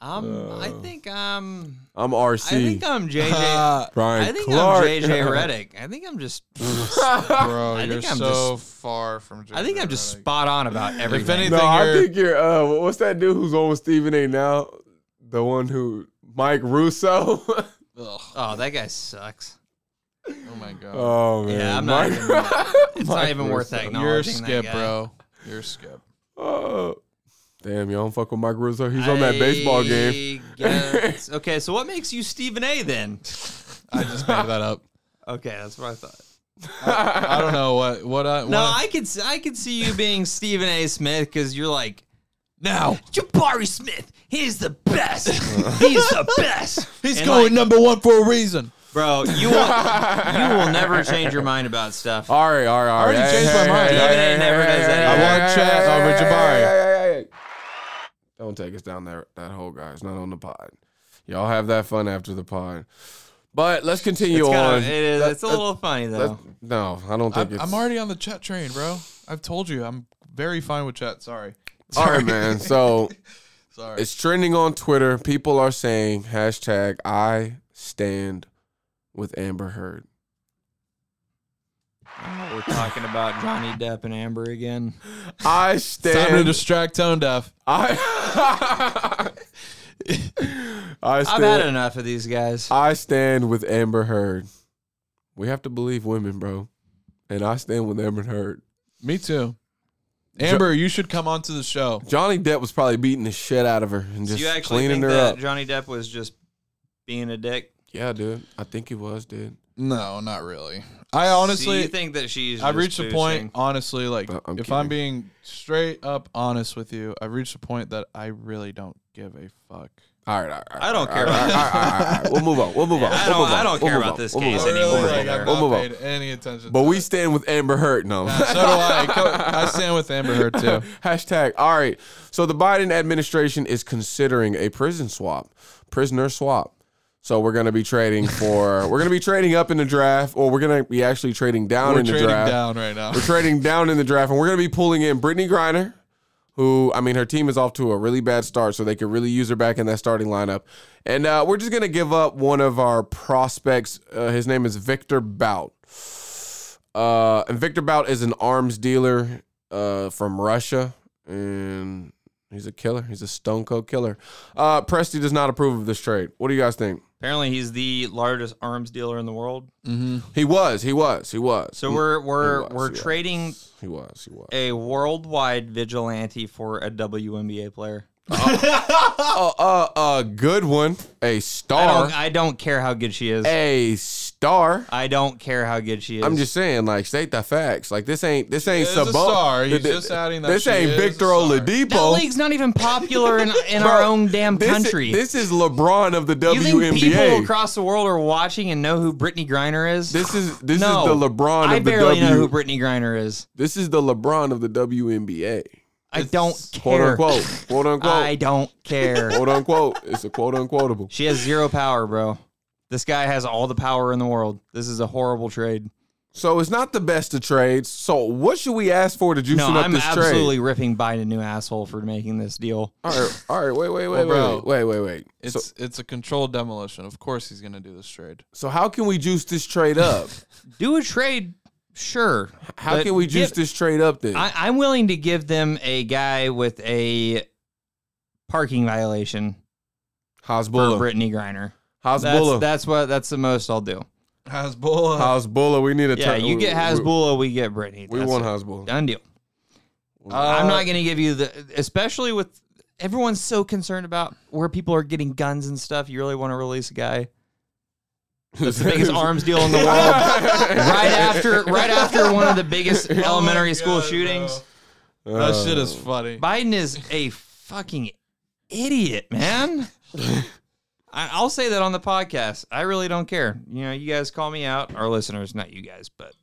I'm, Um, I
Uh.
think um,
I'm
I'm. I
RC.
think I'm JJ.
Ah,
Brian
I think
Clark.
I'm JJ Reddick. I think I'm just.
bro,
I
you're
think I'm
so far from.
I think I'm just
Reddick.
spot on about everything.
anything-
no, I
you're-
think you're. Uh, what's that dude who's on with Stephen A. now? The one who Mike Russo.
Ugh.
oh, that guy sucks.
Oh my god.
oh man,
Yeah, I'm not.
Mike-
Even, it's not
Mike
even worth
Russo.
acknowledging.
you're a
that
skip,
guy.
bro. You're a skip.
Oh. damn, y'all don't fuck with Mike Russo. He's on that baseball game.
I guess- okay, so what makes you Stephen A. then?
I just made that up.
Okay, that's what I thought.
I don't know what what I
No,
what
I could s- I could see you being Stephen A. Smith because you're like
now
Jabari Smith. He's the best. He's the best.
he's
And,
going
like,
number one for a reason.
bro. You will, you will never change your mind about stuff.
All right, all right, all right.
already changed my mind.
Stephen A. never does that. I
want Chad over Jabari.
Don't take us down there, that hole, guys. Not on the pod. Y'all have that fun after the pod. But let's continue
It's,
on.
kind of, it is,
Let-
it's a
let-
little funny
let-
though.
no, I don't think
I'm,
it's.
I'm already on the chat train, bro. I've told you, I'm very fine with chat. Sorry,
All right, man. So
sorry.
it's trending on Twitter. People are saying hashtag I stand with Amber Heard.
Oh, we're talking about Johnny Depp and Amber again.
I
It's time to
stand.
distract tone deaf.
I. I
I've had
stand.
enough of these guys.
I stand with Amber Heard. We have to believe women, bro. And I stand with Amber Heard.
Me too. Amber, you should come onto the show.
Johnny Depp was probably beating the shit out of her and
Do
just
you actually
cleaning
think
her
that
up.
Johnny Depp was just being a dick?
yeah, dude. I think he was, dude.
No, not really. I
Do
honestly,
you think that she's?
I've reached
just
a point.
boosting?
Honestly, like
Uh, I'm
if I'm
kidding.
being straight up honest with you, I've reached a point that I really don't give a fuck.
All right, all right. all right,
I don't
all
care
right,
about-
all right, all right, all right, all right. We'll move on. We'll move on.
I
We'll
don't-
move on.
I don't
We'll
care
move
about
on.
this
We'll move
case
on.
anymore.
We'll move
like,
on.
I've
We'll
not
move on.
paid any attention.
But
to
we
it.
stand with Amber Heard. No.
so do I. Co- I stand with Amber Heard too.
Hashtag. All right. So the Biden administration is considering a prison swap, prisoner swap. So we're going to be trading for, we're going to be trading up in the draft, or we're going to be actually trading down
We're
in the
trading
draft.
down right now.
We're trading down in the draft, and we're going to be pulling in Brittany Griner, who, I mean, her team is off to a really bad start, so they could really use her back in that starting lineup. And uh, we're just going to give up one of our prospects. Uh, his name is Victor Bout. Uh, and Victor Bout is an arms dealer uh, from Russia, and he's a killer. He's a stone cold killer. Uh, Presti does not approve of this trade. What do you guys think?
Apparently, he's the largest arms dealer in the world.
Mm-hmm.
He was, he was, he was.
So we're we're
was,
we're
yeah.
trading
he was, he was.
a worldwide vigilante for a WNBA player.
A uh, uh, good one. A
I
star.
don't, I don't care how good she is.
a star.
I don't care how good she is.
I'm just saying, like, state the facts. Like, this ain't this ain't
is a
Sabon.
star. He's
Th- th-
just adding that
This
she
ain't
is a
Victor
star.
Oladipo.
that league's not even popular in, in our
Bro,
own damn
this,
country.
This is LeBron of the
you think people
WNBA.
across the world are watching and know who Brittany Griner is?
this is this
no,
is the LeBron of
I
the
barely
W.
know who Brittany Griner is.
this is the LeBron of the WNBA.
I don't
Quote
care.
unquote. Quote
I
unquote.
don't care.
Quote unquote. It's a quote unquotable.
she has zero power, bro. This guy has all the power in the world. This is a horrible trade.
So it's not the best of trades. So what should we ask for to juice
No,
up
I'm
this
absolutely
trade?
ripping Biden a new asshole for making this deal.
All right, all right, wait, wait,
Oh,
wait,
bro,
wait, wait, wait, wait.
It's
So-
it's a controlled demolition. Of course, he's gonna do this trade.
So how can we juice this trade up?
Do a trade, sure.
How
but
can we juice
give-
this trade up then?
I, I'm willing to give them a guy with a parking violation. for
Hasbullah.
Brittany Griner. That's,
Hasbullah.
that's what. That's the most I'll do.
Hasbulla.
Hasbullah. We need a
Yeah,
turn-
you
we-
get Hasbulla, we get Brittany.
We, we
That's
want Uh,
it.
Hasbullah.
Done deal. I'm not going to give you the, especially with everyone's so concerned about where people are getting guns and stuff. You really want to release a guy? That's the biggest arms deal in the world. right after, right after one of the
Oh
biggest elementary school shootings.
That shit is funny.
Biden is a fucking idiot, man. I, I'll say that on the podcast. I really don't care. You know, you guys call me out, our listeners, not you guys, but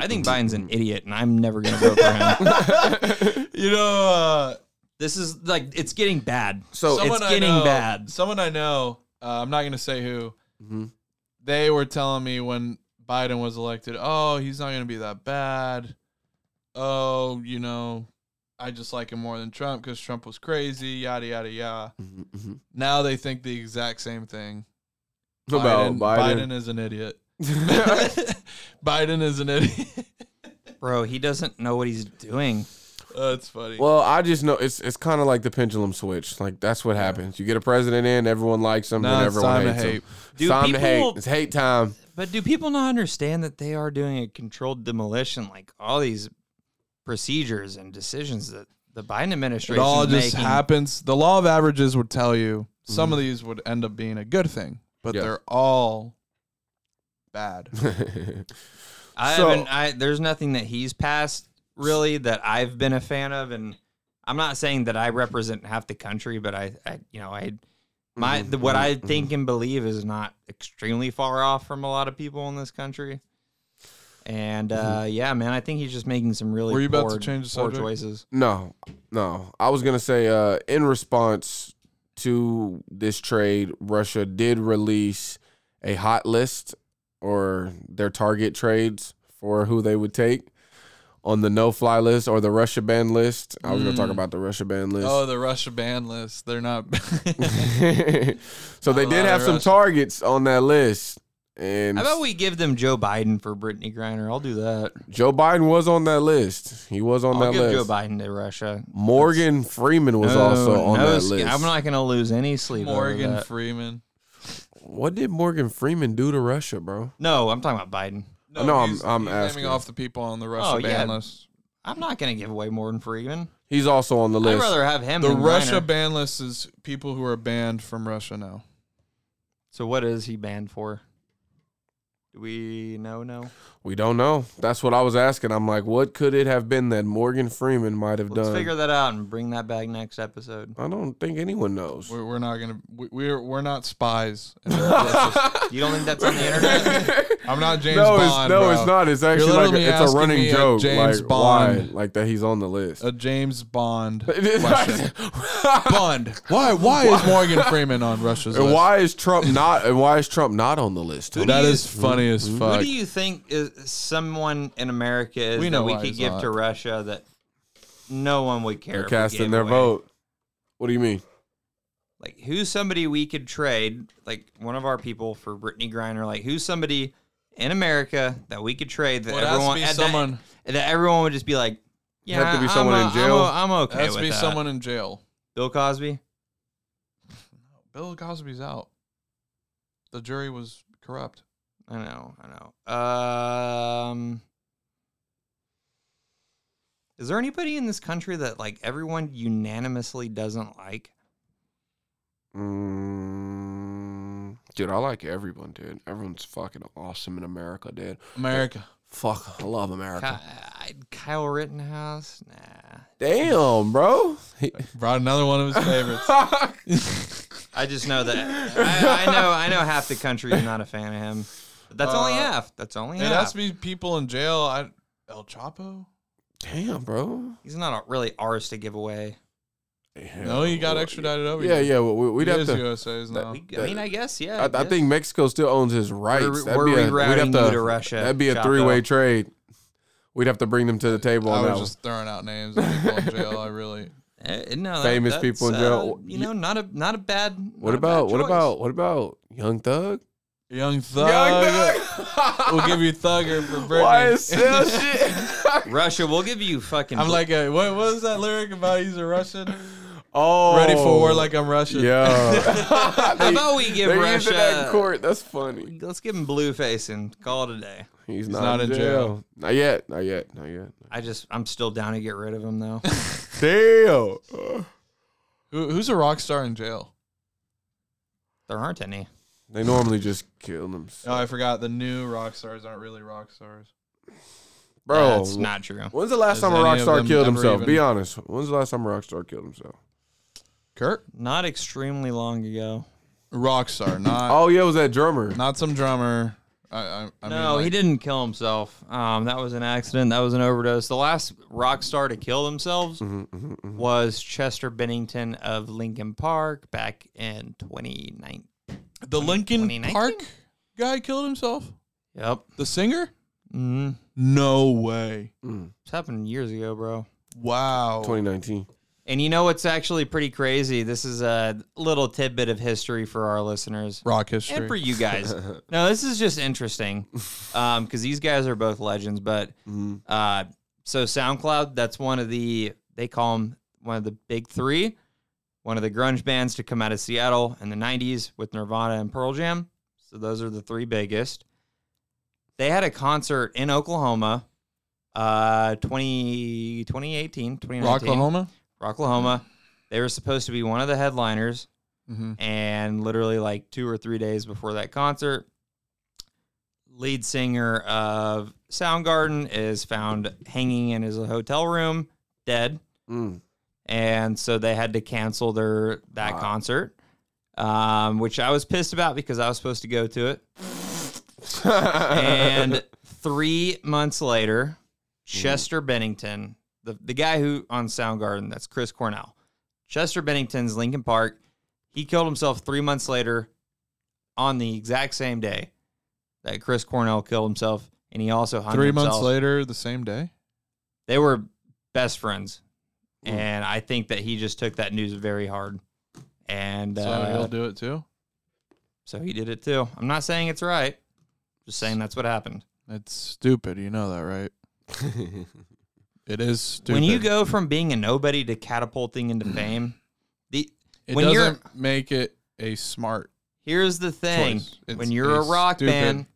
I think Biden's an idiot, and I'm never gonna vote for him.
You know, uh,
this is like it's getting bad.
So-
it's
I
getting
know-
bad.
Someone I know, uh, I'm not going to say who,
Mhm.
they were telling me when Biden was elected, oh, he's not going to be that bad. Oh, you know, I just like him more than Trump because Trump was crazy, yada, yada, yada. Now they think the exact same thing.
About
Biden,
Biden.
is an idiot. Biden is an idiot.
Bro, he doesn't know what he's doing.
That's funny.
Well, I just know it's it's kind of like the pendulum switch. Like that's what happens. You get a president in, everyone likes him,
Now
and
it's
everyone
time to
hates him.
hate.
It's
Dude,
time to hate.
people-
It's hate time.
But do people not understand that they are doing a controlled demolition? Like all these procedures and decisions that the Biden
It
administration
all just
making.
happens. The law of averages would tell you some
Mm-hmm.
of these would end up being a good thing, but
Yeah.
they're all bad.
I
So-
haven't. I there's nothing that he's passed really that I've been a fan of, and I'm not saying that I represent half the country, but I, I you know, I my
Mm-hmm.
the, what I think and believe is not extremely far off from a lot of people in this country. And
Mm-hmm.
uh, yeah, man, I think he's just making some really
Were you
poor,
about to change the
poor
subject?
choices.
no, no. I was gonna say, uh, in response to this trade, Russia did release a hot list or their target trades for who they would take on the no-fly list or the Russia ban list. I was gonna
Mm.
talk about the Russia ban list.
oh, the Russia ban list. They're not.
so they did
Not a lot
have
of
some
Russian.
targets on that list, and
How about we give them Joe Biden for Brittany Griner? I'll do that.
Joe Biden was on that list. He was on
I'll
that
give
list.
Joe Biden to Russia.
Morgan Freeman was
No,
also on
no
that
sk-
list.
I'm not going to lose any sleep. over
Morgan
that.
Freeman.
What did Morgan Freeman do to Russia, bro?
No, I'm talking about Biden.
No, I'm-
he's-
I'm
he's
asking.
naming off the people on the Russia
Oh,
ban
yeah.
list.
I'm not going to give away Morgan Freeman.
He's also on the list.
I'd rather have him
The
than
Russia
Griner.
ban list is people who are banned from Russia now.
So what is he banned for? Do we know? No.
we don't know. That's what I was asking. I'm like, what could it have been that Morgan Freeman might have
Let's
done?
figure that out and bring that back next episode.
I don't think anyone knows.
We're, we're not gonna. We, we're we're not spies. And let's just-
You don't think that's on the internet?
I'm not James
no,
Bond.
it's, no,
bro.
it's not. It's actually
You're
like
literally
a, it's a
asking
running
me a
joke.
James
like,
Bond.
why? Like that he's on the list.
A James Bond. question.
and
Bond. Why? Why is Morgan Freeman on Russia's list?
why is Trump not? And why is Trump not on the list?
That is funny as
Who
fuck.
do you think is someone in America is
We
that
know
we
why
could
he's
give
not.
to Russia that no one would care?
They're
if we
casting
gave
their
away?
vote. What do you mean?
Like who's somebody we could trade? Like one of our people for Brittany Griner. Like who's somebody in America that we could trade that
Well, it has to
everyone
be
that-
someone-
that, everyone would just be like, yeah,
have to be
I'm
someone
a-
in
I'm
jail.
a- I'm, okay
Has to
with
be
that.
someone in jail.
Bill Cosby.
Bill Cosby's out. The jury was corrupt.
I know, I know. Um, is there anybody in this country that like everyone unanimously doesn't like?
Mm, dude, I like everyone, dude. Everyone's fucking awesome in America, dude.
America.
Fuck, I love
Ky-
America.
I- Kyle Rittenhouse? Nah.
Damn, bro.
Brought another one of his favorites.
I just know that I, I know I know half the country is not a fan of him. But that's only
Uh,
half. That's only
It has
half.
to be people in jail. I, El Chapo.
Damn, bro.
He's not really ours to give away.
No, he got
Yeah,
extradited over.
Yeah,
here.
yeah. We,
He
we'd have
is
to.
USA's now.
We- I mean, I guess yeah.
Oh, I, I
guess.
think Mexico still owns his rights.
We're-
That'd
we're
be a-
rerouting
we'd have
you to Russia,
That'd be a
Chapo.
three-way trade. We'd have to bring them to the table
I
on that
was
one.
just throwing out names of people in jail. I really.
Eh, no, that-
famous people in
that's,
jail.
uh, you know, not a not a bad.
What
not a bad
about what
choice.
about what about Young Thug?
Young Thug. We'll give you Thugger for Britney.
Why is that shit?
Russia? We'll give you fucking.
I'm like, uh, what, what was that lyric about? He's a Russian.
Oh,
Ready for war like I'm Russian.
yeah.
How about we give
They're using that in
Russia?
court. That's funny.
Let's give him blue face and call it a day.
He's,
not in jail.
Not yet. Not yet. Not yet.
I just I'm still down to get rid of him though.
Damn.
Who, who's a rock star in jail?
there aren't any.
They normally just kill them,
Oh, I forgot. The new rock stars aren't really rock stars.
bro.
That's not true.
when's the last
Has
time a
any
rock
of
star
them
killed
ever
himself? Be
even-
honest. When's the last time a rock star killed himself?
Kurt,
Not extremely long ago.
rock star, not
Oh yeah, it was that drummer?
Uh, not some drummer. I, I, I mean,
no,
like,
he didn't kill himself. Um, that was an accident. That was an overdose. The last rock star to kill themselves
Mhm, mhm, mhm.
was Chester Bennington of Lincoln Park back in 2019.
The Lincoln
2019?
Park guy killed himself.
Yep.
The singer?
Mm-hmm.
No way.
Mm.
It's happened years ago, bro.
Wow.
2019.
And you know what's actually pretty crazy? This is a little tidbit of history for our listeners
Rock history.
and for you guys. no, this is just interesting because these guys are both legends. But
Mhm.
uh, so SoundCloud, that's one of the they call them one of the big three, one of the grunge bands to come out of Seattle in the '90s with Nirvana and Pearl Jam. So those are the three biggest. They had a concert in Oklahoma, uh, 20, 2018, 2019.
Rocklahoma?
Rocklahoma. They were supposed to be one of the headliners
Mm-hmm.
and literally like two or three days before that concert, lead singer of Soundgarden is found hanging in his hotel room, dead,
Mm.
and so they had to cancel their that
Wow.
concert, um, which I was pissed about because I was supposed to go to it. And three months later,
Mm-hmm.
Chester Bennington, the, the guy who on Soundgarden, that's Chris Cornell. Chester Bennington's Lincoln Park. He killed himself three months later on the exact same day that Chris Cornell killed himself. And he also hung
Three
himself.
months later, the same day.
They were best friends.
Mm.
Hmm.
And I think that he just took that news very hard. And
so
uh,
he'll do it too.
so he did it too. I'm not saying it's right, just saying that's what happened.
It's stupid. You know that, right? It is stupid.
When you go from being a nobody to catapulting into fame, the
it
when
doesn't
you're-
make it a smart.
here's the thing:
Choice. It's
when you're a
a
rock
stupid
band,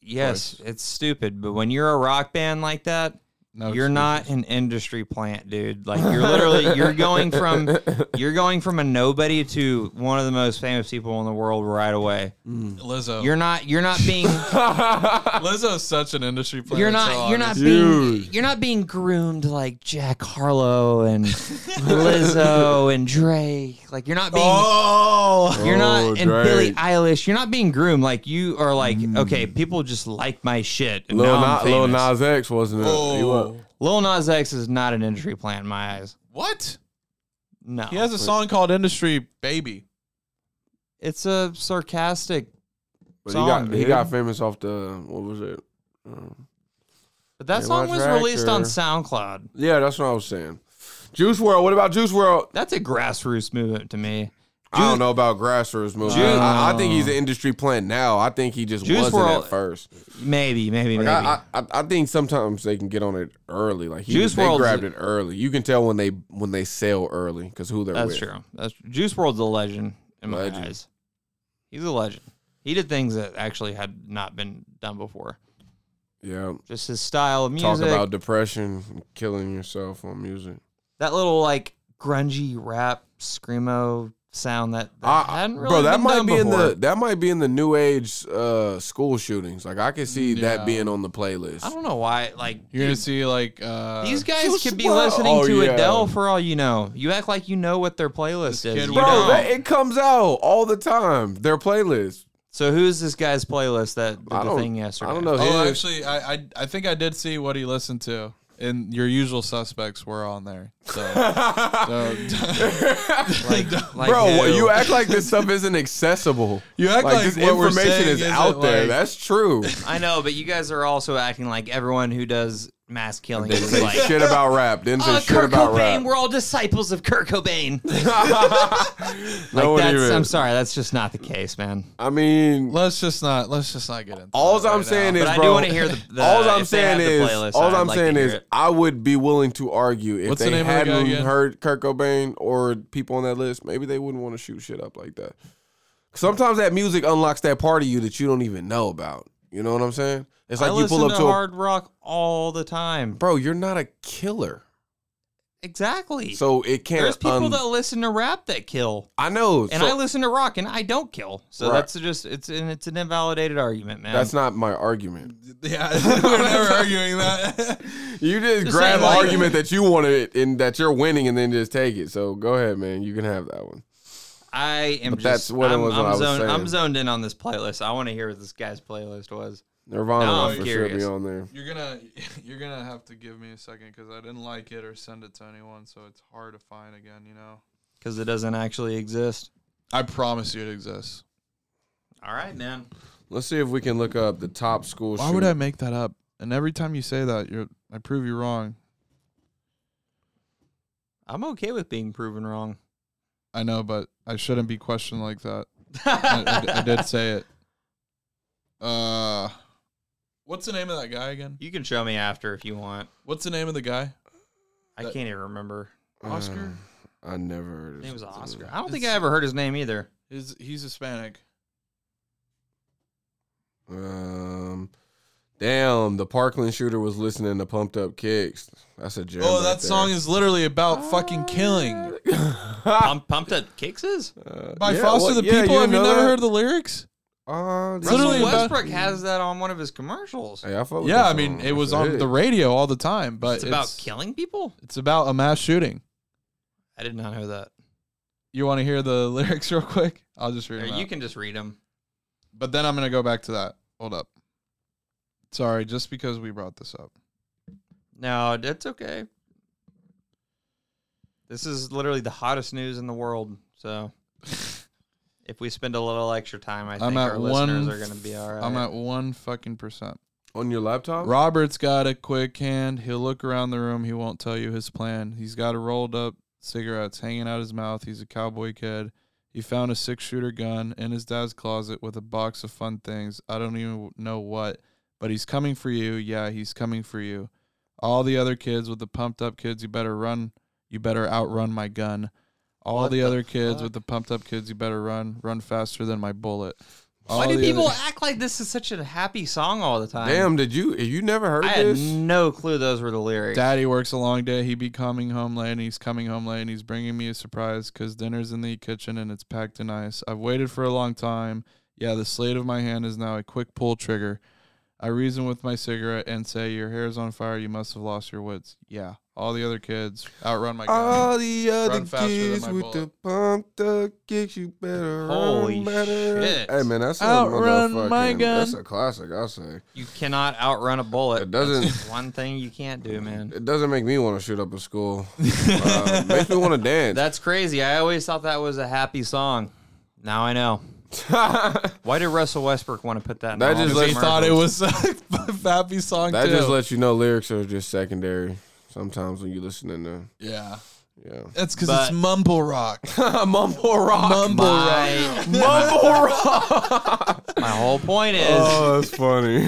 yes,
choice.
it's stupid. But when you're a rock band like that,
No,
you're
excuse.
not an industry plant, dude. Like you're literally you're going from you're going from a nobody to one of the most famous people in the world right away.
Lizzo.
You're not you're not being
Lizzo's such an industry player.
you're
it's
not
so
you're not
obvious.
being
Dude.
you're not being groomed like Jack Harlow and Lizzo and Drake. Like you're not being
Oh,
you're
Oh,
not and Billie
Drake.
Eilish. You're not being groomed. Like you are like okay, people just like my shit. And
Mm. Lil,
now
Na-
I'm
Lil
famous.
Nas X wasn't it? He was.
oh.
Lil Nas X is not an industry plant in my eyes.
what?
No,
He has a song called "Industry Baby."
it's a sarcastic,
But he
Oh,
Song,
got he
dude.
got famous off the what was it? Um,
but that
They
song
want
was released on
Tractor.
SoundCloud.
yeah, that's what I was saying. Juice World. What about Juice World?
That's a grassroots movement to me.
I don't know about Grassroots movement.
Juice-
I, I think he's an industry plant now. I think he just
Juice
wasn't
WRLD
at first.
Maybe, maybe,
Like
maybe.
I, I, I- I think sometimes they can get on it early. Like he,
Juice
they
WRLD's
grabbed it early. You can tell when they when they sell early because who they're
That's
with.
true. That's Juice World's a legend in my
Legend.
eyes. He's a legend. He did things that actually had not been done before.
Yeah.
Just his style of music,
Talk about depression, and killing yourself on music.
that little like grungy rap screamo sound that, that
I,
hadn't really
Ah, bro, that
been
might
done
be in
before.
the that might be in the new age uh, school shootings. Like I can see
Yeah.
that being on the playlist.
I don't know why. Like
You're gonna
dude,
see like uh,
these guys
Juice
could be
WRLD.
listening
Oh,
to
yeah.
Adele for all you know. You act like you know what their playlist
This
is.
kid
you
was-
Bro,
don't.
know.
that, it comes out all the time. Their playlist.
so who's this guy's playlist that did
I
the
don't-
thing yesterday?
I don't know.
Oh,
his.
actually, I, I I think I did see what he listened to, and your usual suspects were on there. So, so
Like, like
Bro,
who?
you act like this stuff isn't accessible.
you act
Like,
like,
this
what we're
information
saying
is
isn't,
out there.
like-
That's true.
I know, but you guys are also acting like everyone who does mass killing
Didn't
was
say
like.
shit about rap. Didn't say
Uh,
shit
Kurt
about
Cobain.
rap.
We're all disciples of Kurt Cobain.
no
like
one
that's,
even.
I'm sorry, that's just not the case, man.
I mean,
Let's just not. Let's just not get into.
All
that
I'm
right
saying
now.
is,
But I
bro,
do want to hear the. the
all I'm
if they have
saying
the
is,
playlist,
all
I'd
I'm
like to
saying
hear
is,
it.
I would be willing to argue if
What's
they
the name of the guy
hadn't
again?
heard Kurt Cobain or people on that list, maybe they wouldn't want to shoot shit up like that. Sometimes that music unlocks that part of you that you don't even know about. You know what I'm saying? It's like
I
you pull
listen
up to, a,
hard rock all the time.
bro. You're not a killer,
Exactly.
so it can't.
There's people
un-
that listen to rap that kill,
I know,
and
so
I listen to rock, and I don't kill. So
Right.
that's just it's and it's an invalidated argument, man.
that's not my argument.
Yeah, we're never arguing that.
You just,
Just
grab
saying,
the
like-
argument that you wanted and that you're winning, and then just take it. So go ahead, man. You can have that one.
I am.
But
just,
that's what it
I'm,
was
I'm
I was
zoned,
saying.
I'm zoned in on this playlist. I want to hear what this guy's playlist was.
Nirvana
Now
would
I'm
for sure be
curious.
on there.
You're gonna, you're gonna have to give me a second because I didn't like it or send it to anyone, so it's hard to find again. You know.
because it doesn't actually exist.
I promise you it exists.
All right, man.
Let's see if we can look up the top school.
Why would I make that up? And every time you say that, you're I prove you wrong.
I'm okay with being proven wrong.
I know, but I shouldn't be questioned like that. I, I- I did say it. Uh, what's the name of that guy again?
you can show me after if you want.
What's the name of the guy?
I
That-
can't even remember.
Oscar?
I never. Heard
His name was Oscar. I
I
don't think I ever heard his name either.
He's he's Hispanic.
Um, damn, the Parkland shooter was listening to Pumped Up Kicks. That's a joke.
oh, that song is literally about fucking killing.
Um,
Pump, pumped up kicks is?
By Foster the People. Have you never heard the lyrics?
Uh,
Literally
Russell
about-
Westbrook has that on one of his commercials.
hey, I fuck with
Yeah,
that
I mean
song.
it was
Oh, That's a
on
hit.
the radio all the time, but
it's, about killing people.
It's about a mass shooting.
I did not know that.
You want to hear the lyrics real quick? I'll just read
Or
them.
you
out.
can just read them.
But then I'm gonna go back to that. Hold up. Sorry, just because we brought this up.
No, that's okay. This is literally the hottest news in the world. So if we spend a little extra time, I think
I'm
our
at one.
listeners are going to be all right.
I'm at one fucking percent.
on your laptop.
Robert's got a quick hand. He'll look around the room. He won't tell you his plan. He's got a rolled up cigarettes hanging out his mouth. He's a cowboy kid. He found a six shooter gun in his dad's closet with a box of fun things. I don't even know what, but he's coming for you. Yeah, he's coming for you. All the other kids with the pumped up kids, you better run. You better outrun my gun. All
What
the,
the
other kids
fuck?
with the pumped up kids, you better run. Run faster than my bullet.
Why
All
do
the other-
people act like this is such a happy song all the time?
Damn, did you? You never heard
I had
this?
no clue those were the lyrics.
Daddy works a long day. He be coming home late. And he's coming home late. And he's bringing me a surprise because dinner's in the kitchen and it's packed and nice. I've waited for a long time. Yeah, the slate of my hand is now a quick pull trigger. I reason with my cigarette and say, "Your hair's on fire. You must have lost your wits." Yeah, all the other kids outrun
Oh,
my. gun.
All the other
faster than
kids
my
with
bullet.
the pumped up kicks, you better
Holy
run better.
shit.
Hey man, that's a
Outrun
motherfucking-
my gun.
That's a classic, I'll say.
You cannot outrun a bullet.
It doesn't-
That's one thing you can't do, man.
It doesn't make me want to shoot up a school. uh, makes me want to dance.
That's crazy. I always thought that was a happy song. Now I know.
that
Why did Russell Westbrook want to put that? In
That
all
just
his
lets-
They thought it
commercials?
was a happy song too.
just lets you know lyrics are just secondary. Sometimes when you listening to
yeah,
yeah,
that's because
But-
it's mumble rock.
mumble rock,
Mumble rock.
my,
mumble rock.
my whole point is
oh, Mm-hmm. that's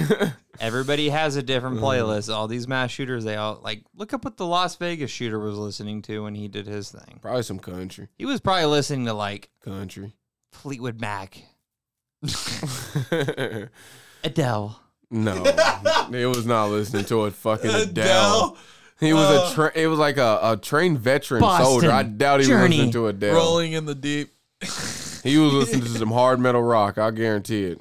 funny.
everybody has a different playlist. All these mass shooters, they all like look up what the Las Vegas shooter was listening to when he did his thing.
Probably some country,
He was probably listening to like
country.
Fleetwood Mac, Adele.
no, it was not listening to it. Fucking Adele. He was
Uh.
a tra- it was like a, a trained veteran
Boston,
soldier. I doubt he was
Journey,
listening to Adele.
rolling in the deep.
He was listening to some hard metal rock. I guarantee it.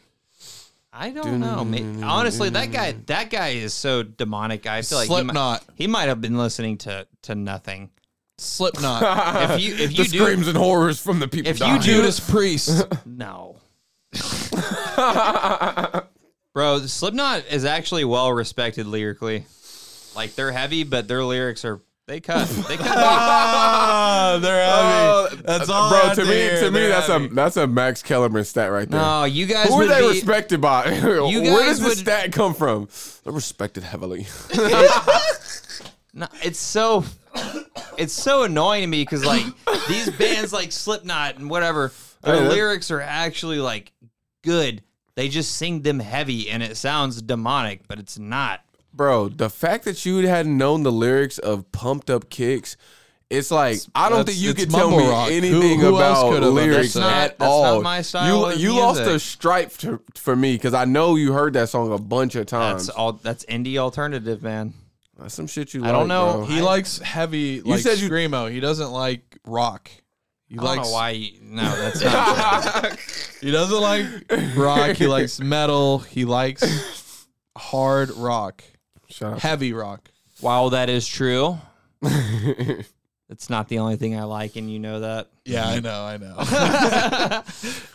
I don't know. Ma- Honestly, that guy that guy is so demonic. I feel like he might,
Slipknot.
he might have been listening to to nothing.
Slipknot.
If you if
the
you do
screams and horrors from the people.
If you
dying.
do-
Judas Priest.
no. Bro, Slipknot is actually well respected lyrically. Like they're heavy, but their lyrics are they cut. They cut.
Ah, they're
Oh,
heavy. That's all.
bro.
I
To
had
me,
hear.
to me,
They're
that's
heavy.
a that's a Max Kellerman stat right there.
no, you guys
Who are
would
they
be,
respected by? Where
guys
does this
would-
stat come from? They're respected heavily.
No, it's so it's so annoying to me because like these bands like Slipknot and whatever, their
Oh, yeah.
lyrics are actually like good. They just sing them heavy and it sounds demonic, but it's not.
Bro, the fact that you hadn't known the lyrics of Pumped Up Kicks, it's like I don't
that's-
think you
it's
could tell
mumble
me
rock. Who-
anything
who else
about
could have-
lyrics
That's not-
at
that's not
all.
my style
You
of
you lost a
music.
stripe to, for me because I know you heard that song a bunch of times.
That's
That's,
all. That's indie alternative, man.
some shit you.
I
like,
don't know.
bro.
He
I-
likes heavy, like
said you-
screamo. He doesn't like rock. He
I don't
likes.
know why. You, no, that's not.
He doesn't like rock. He likes metal. He likes hard rock,
Shut up.
heavy rock.
While that is true, it's not the only thing I like, and you know that.
Yeah, I know. I know.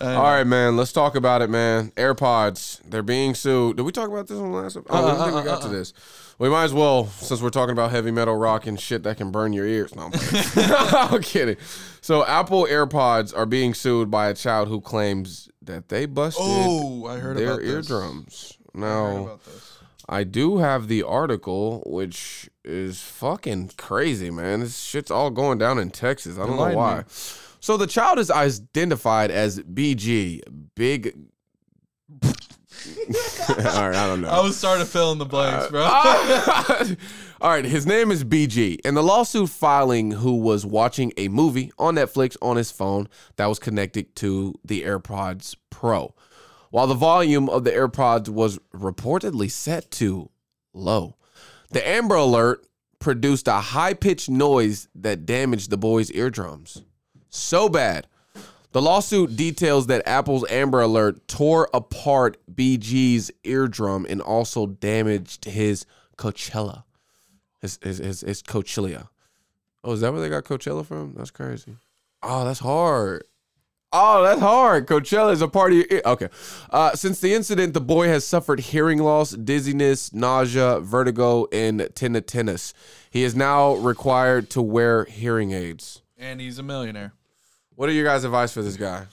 All right, man. Let's talk about it, man. AirPods, they're being sued. Did we talk about this on the last episode? Oh, I don't think we got to this. We might as well, since we're talking about heavy metal rock and shit that can burn your ears. No, I'm kidding. I'm kidding. So, Apple AirPods are being sued by a child who claims that they busted
oh, I heard
their
about this.
eardrums.
I heard
Now,
about this.
I do have the article, which is fucking crazy, man. This shit's all going down in Texas. I don't know
Enlighten
why.
me.
So the child is identified as BG, Big. all right, I don't know.
I was starting to fill in the blanks, bro.
All right, his name is BG. In the lawsuit filing, who was watching a movie on Netflix on his phone that was connected to the AirPods Pro. While the volume of the AirPods was reportedly set to low, the Amber Alert produced a high pitched noise that damaged the boy's eardrums. So bad. The lawsuit details that Apple's Amber Alert tore apart BG's eardrum and also damaged his Coachella. His, his, his, his Coachella. Oh, is that where they got Coachella from? That's crazy. Oh, that's hard. Oh, that's hard. Coachella is a part of your ear. Okay. Uh, since the incident, the boy has suffered hearing loss, dizziness, nausea, vertigo, and tinnitus. He is now required to wear hearing aids.
and he's a millionaire.
What are your guys' advice for this guy?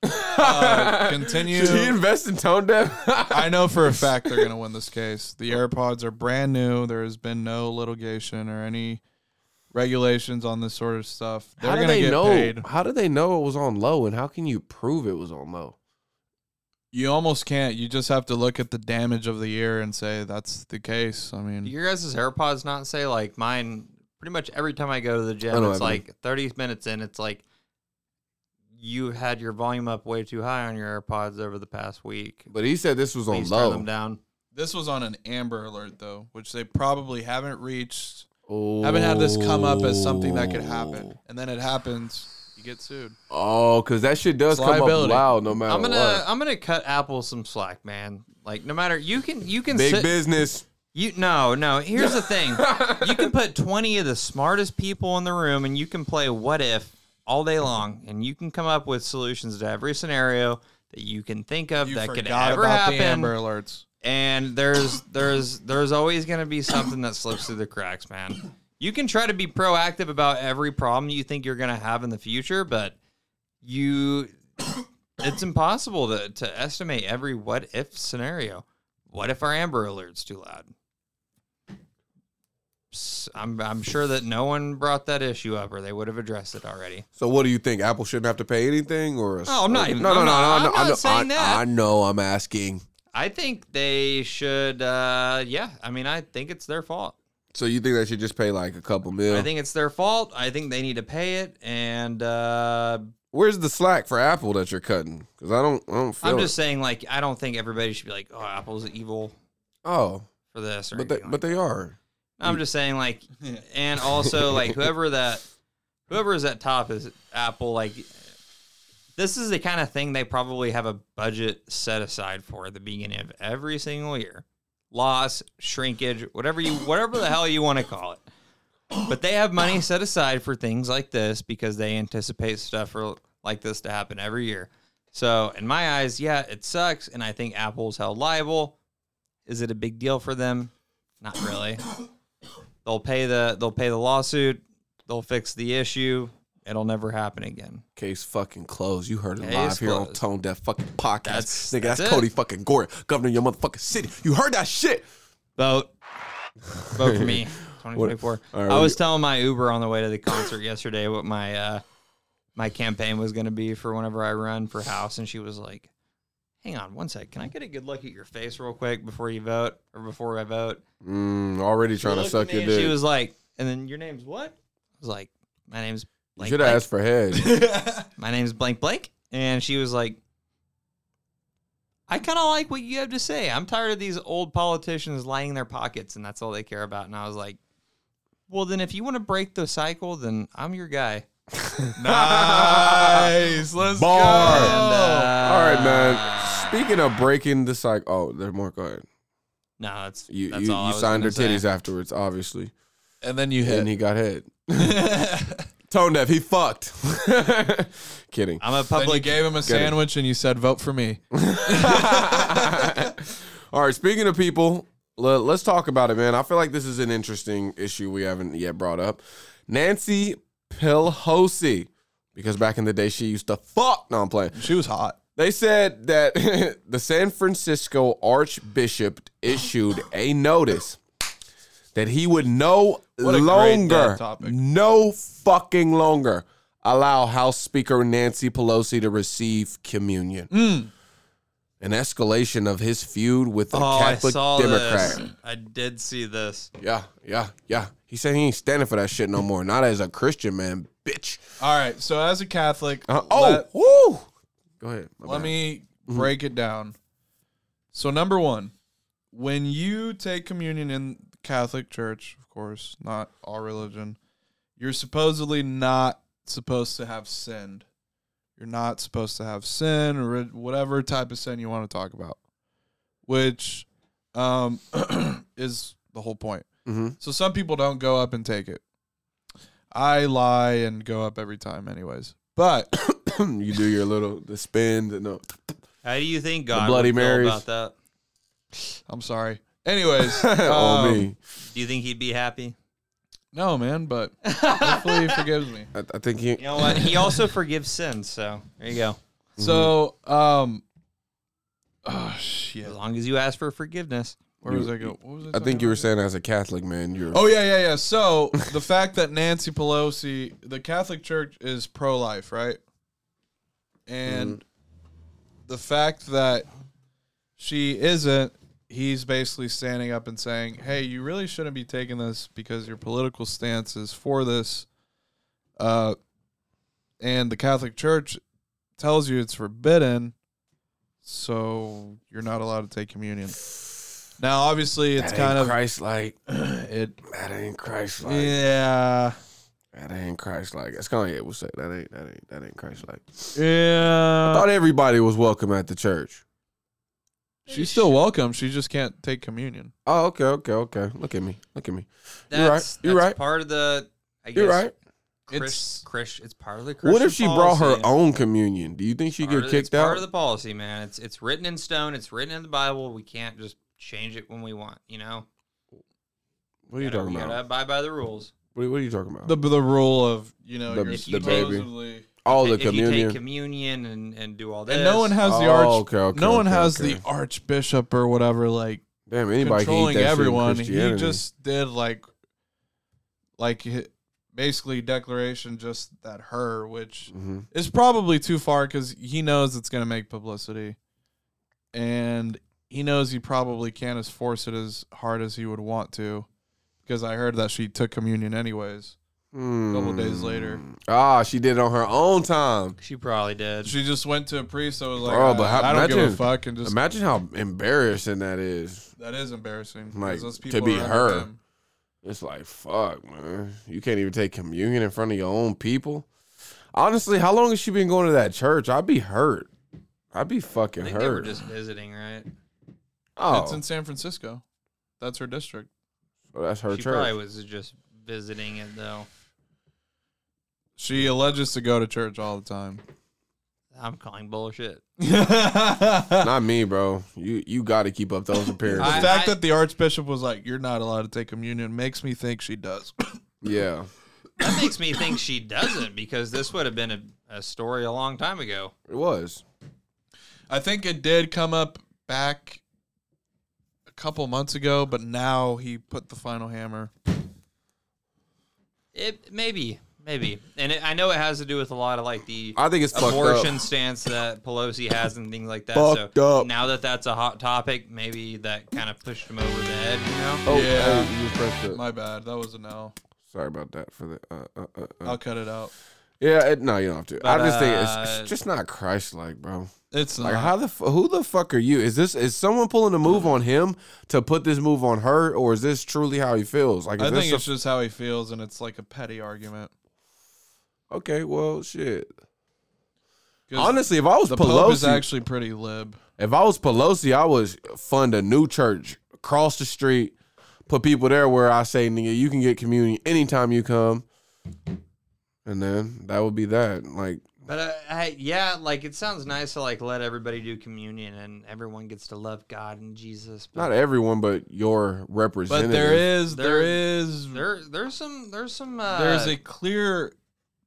Uh,
Should he
continue.
invest in tone deaf?
I know for a fact they're gonna win this case. The AirPods are brand new. There has been no litigation or any regulations on this sort of stuff. They're
how do
gonna
they
get
know?
paid.
How do they know it was on low? And how can you prove it was on low?
You almost can't. You just have to look at the damage of the ear and say that's the case. I
Do
mean,
your guys' AirPods not say like mine? Pretty much every time I go to the
I
gym,
know
it's
what I mean.
like 30 minutes in. It's like you had your volume up way too high on your AirPods over the past week.
But he said this was on
Please turn
low.
them down.
this was on an Amber Alert though, which they probably haven't reached.
Oh.
Haven't had this come up as something that could happen, and then it happens. You get sued.
Oh, because that shit does
It's
come up
liability.
loud no matter
I'm gonna
what.
I'm gonna cut Apple some slack, man. Like no matter you can you can
Big
sit,
business.
you no no. Here's the thing: you can put 20 of the smartest people in the room, and you can play what if all day long, and you can come up with solutions to every scenario that you can think of
You
that could
forgot
ever
about
happen.
the Amber Alerts.
and there's there's there's always going to be something that slips through the cracks, man. You can try to be proactive about every problem you think you're going to have in the future, but you it's impossible to to estimate every what if scenario. What if our amber alert's too loud? S- I'm I'm sure that no one brought that issue up or they would have addressed it already.
So what do you think? Apple shouldn't have to pay anything, or a-
Oh, I'm not
or-
even-
No, no,
I'm
no,
not-
no,
I'm
no, I
not
know-
saying
I,
that.
I know. I'm asking.
I think they should uh yeah, I mean I think it's their fault.
So you think they should just pay like a couple mil?
I think it's their fault. I think they need to pay it. And uh,
Where's the slack for Apple that you're cutting? Because I don't, I don't feel.
I'm
it.
just saying, like, I don't think everybody should be like, "Oh, Apple's evil
Oh,
for this." Or
but they,
anything
but
like
they are.
that. I'm just saying, like, and also like whoever that whoever is at top is Apple. Like, this is the kind of thing they probably have a budget set aside for at the beginning of every single year. Loss, shrinkage, whatever you whatever the hell you want to call it. But they have money set aside for things like this because they anticipate stuff for, like this to happen every year. So, in my eyes, yeah, it sucks. And I think Apple's held liable. Is it a big deal for them? Not really. They'll pay the they'll pay the lawsuit. They'll fix the issue. It'll never happen again.
Case fucking closed. You heard it
Case
live here on
closed.
Tone Deaf fucking podcast.
That's-
Nigga, that's,
that's it.
Cody fucking Gore, governor of your motherfucking city. You heard that shit.
Vote, vote for me. 2024.
All right,
I
what
was telling my Uber on the way to the concert yesterday what my uh, my campaign was going to be for whenever I run for house, and she was like, "Hang on one sec, can I get a good look at your face real quick before you vote or before I vote?"
Mm, already
She
trying to
looked at
suck
me
your
and
dick.
She was like, "And then your name's what?" I was like, "My name's
you
blank."
should have
blank.
asked for head.
My name's blank blank, and she was like. I kind of like what you have to say. I'm tired of these old politicians lining their pockets, and that's all they care about. And I was like, "Well, then, if you want to break the cycle, then I'm your guy."
nice. Let's
Bar.
go.
And, uh,
All right, man. Speaking of breaking the cycle, oh, there's more. Go ahead.
No, that's
You
that's
you,
all I
you
was
signed her
gonna
titties
say.
afterwards, obviously,
And then you
and
hit.
he got head. Tone deaf. He fucked. Kidding.
I'm a
Then you
public.
gave him a sandwich and you said, "Vote for me."
All right. Speaking of people, let, us talk about it, man. I feel like this is an interesting issue we haven't yet brought up. Nancy Pelosi, because back in the day she used to fuck. No, I'm playing.
She was hot.
They said that the San Francisco Archbishop issued a notice that he would no
a great,
longer,
uh, topic.
no fucking longer, allow House Speaker Nancy Pelosi to receive communion. An escalation of his feud with a
Oh, I
Catholic
saw
Democrat.
this. I did see this.
Yeah, yeah, yeah. He said he ain't standing for that shit no more. Not as a Christian man, bitch.
All right. So as a Catholic,
Uh, oh, Mm-hmm.
let-
woo! Go ahead. my
Let
bad.
me break it down. So number one, when you take communion in Catholic Church, of course, not our religion, you're supposedly not supposed to have sinned. You're not supposed to have sin or ri- whatever type of sin you want to talk about, which um, is the whole point.
Mhm.
So some people don't go up and take it. I lie and go up every time, anyways. But
Mm-hmm. you do your little the spin. The, no.
How do you think God
Bloody
would feel
Marys.
about that?
I'm sorry. Anyways,
oh
um,
me.
Do you think he'd be happy?
No, man, but hopefully he forgives me.
I, I think he.
You know what? He also forgives sins, so there you go.
Mm-hmm.
So, um, oh shit,
As long as you ask for forgiveness.
where was I go? What was I,
I
talking
think you were
about?
saying as a Catholic man, you're.
Oh yeah, yeah, yeah. So the fact that Nancy Pelosi, the Catholic Church is pro-life, right? And
Mm-hmm.
the fact that she isn't, he's basically standing up and saying, "Hey, you really shouldn't be taking this because your political stance is for this." Uh, and the Catholic Church tells you it's forbidden, so you're not allowed to take communion. Now, obviously, it's
that
kind
ain't
of
Christ-like.
it
That ain't Christ-like.
yeah.
That ain't Christ-like. As Kanye would say, that ain't that ain't that ain't Christ-like.
Yeah. Uh,
Thought everybody was welcome at the church.
She's still welcome. She just can't take communion.
Oh, okay, okay, okay. Look at me, look at me.
That's,
You're right,
That's
you're right.
Part of the. I guess,
You're right.
Chris, it's, it's part of the. Christian
What if she brought her
policy.
own communion? Do you think she
Part
get
of- it's
kicked
Part
out?
of the policy, man. It's it's written in stone. It's written in the Bible. We can't just change it when we want. You know.
what are you
Gotta-
talking
we gotta
about?
abide by the rules.
What, what are you talking about?
The the rule of you know
The-
you're
If you take-
supposedly
All Oh, the
if you
communion.
take communion and, and do all this,
and no one has the
Oh,
arch.
okay, okay,
no one
okay,
has
okay.
the archbishop or whatever like
Damn, anybody can eat
controlling
that
everyone.
Shit in
He
Christianity.
just did like like hi- basically declaration just that her, which
Mhm.
is probably too far because he knows it's gonna make publicity, and he knows he probably can't as force it as hard as he would want to. Because I heard that she took communion anyways. couple days later.
Mm-hmm. Mm. Ah, she did it on her own time.
She probably did.
She just went to a priest that was like,
Bro,
"Uh,
but how-
I don't give a
imagine-
fuck, and just
Imagine how embarrassing that is.
that is embarrassing. 'cause
Like,
those
to
people
be
are under
her.
them.
It's like, fuck, man. You can't even take communion in front of your own people. Honestly, how long has she been going to that church? I'd be hurt. I'd be fucking
I think they were
hurt.
just visiting, right?
oh,
It's in San Francisco. That's her district.
so that's her
she probably
church.
was just visiting it though.
She alleges to go to church all the time.
I'm calling bullshit.
the
Not me, bro. You you got to keep up those appearances.
I-
fact that the archbishop was like, "You're not allowed to take communion," makes me think she does.
yeah,
That makes me think she doesn't because this would have been a, a story a long time ago.
it was.
I think it did come up back a couple months ago, but now he put the final hammer.
It maybe, maybe, and it, I know it has to do with a lot of like the
I think it's fucked
abortion
up.
stance that Pelosi has and things like that.
Fucked
so
up.
now that that's a hot topic, maybe that kind of pushed him over the head. You know,
Oh,
Yeah.
hey, you pressed it.
My bad. That was a no.
Sorry about that for the. Uh, uh, uh, uh.
I'll cut it out.
Yeah, it, no, you don't have to. I
But,
just think it's,
uh,
it's just not Christ-like, bro.
It's
Like,
not.
how the f- who the fuck are you? Is this is someone pulling a move on him to put this move on her, or is this truly how he feels? Like, is
I
this
think
a-
it's just how he feels, and it's like a petty argument.
okay. Well, shit.
'Cause
Honestly, if I was
the Pope is
Pelosi,
actually pretty lib.
if I was Pelosi, I would fund a new church across the street, put people there where I say, nigga, you can get communion anytime you come, and then that would be that. Like,
but I, I, yeah, like it sounds nice to like let everybody do communion and everyone gets to love God and Jesus. But
not everyone, but your
But
representative.
there is,
There-
there is,
there, there's some, there's some. Uh,
there's a clear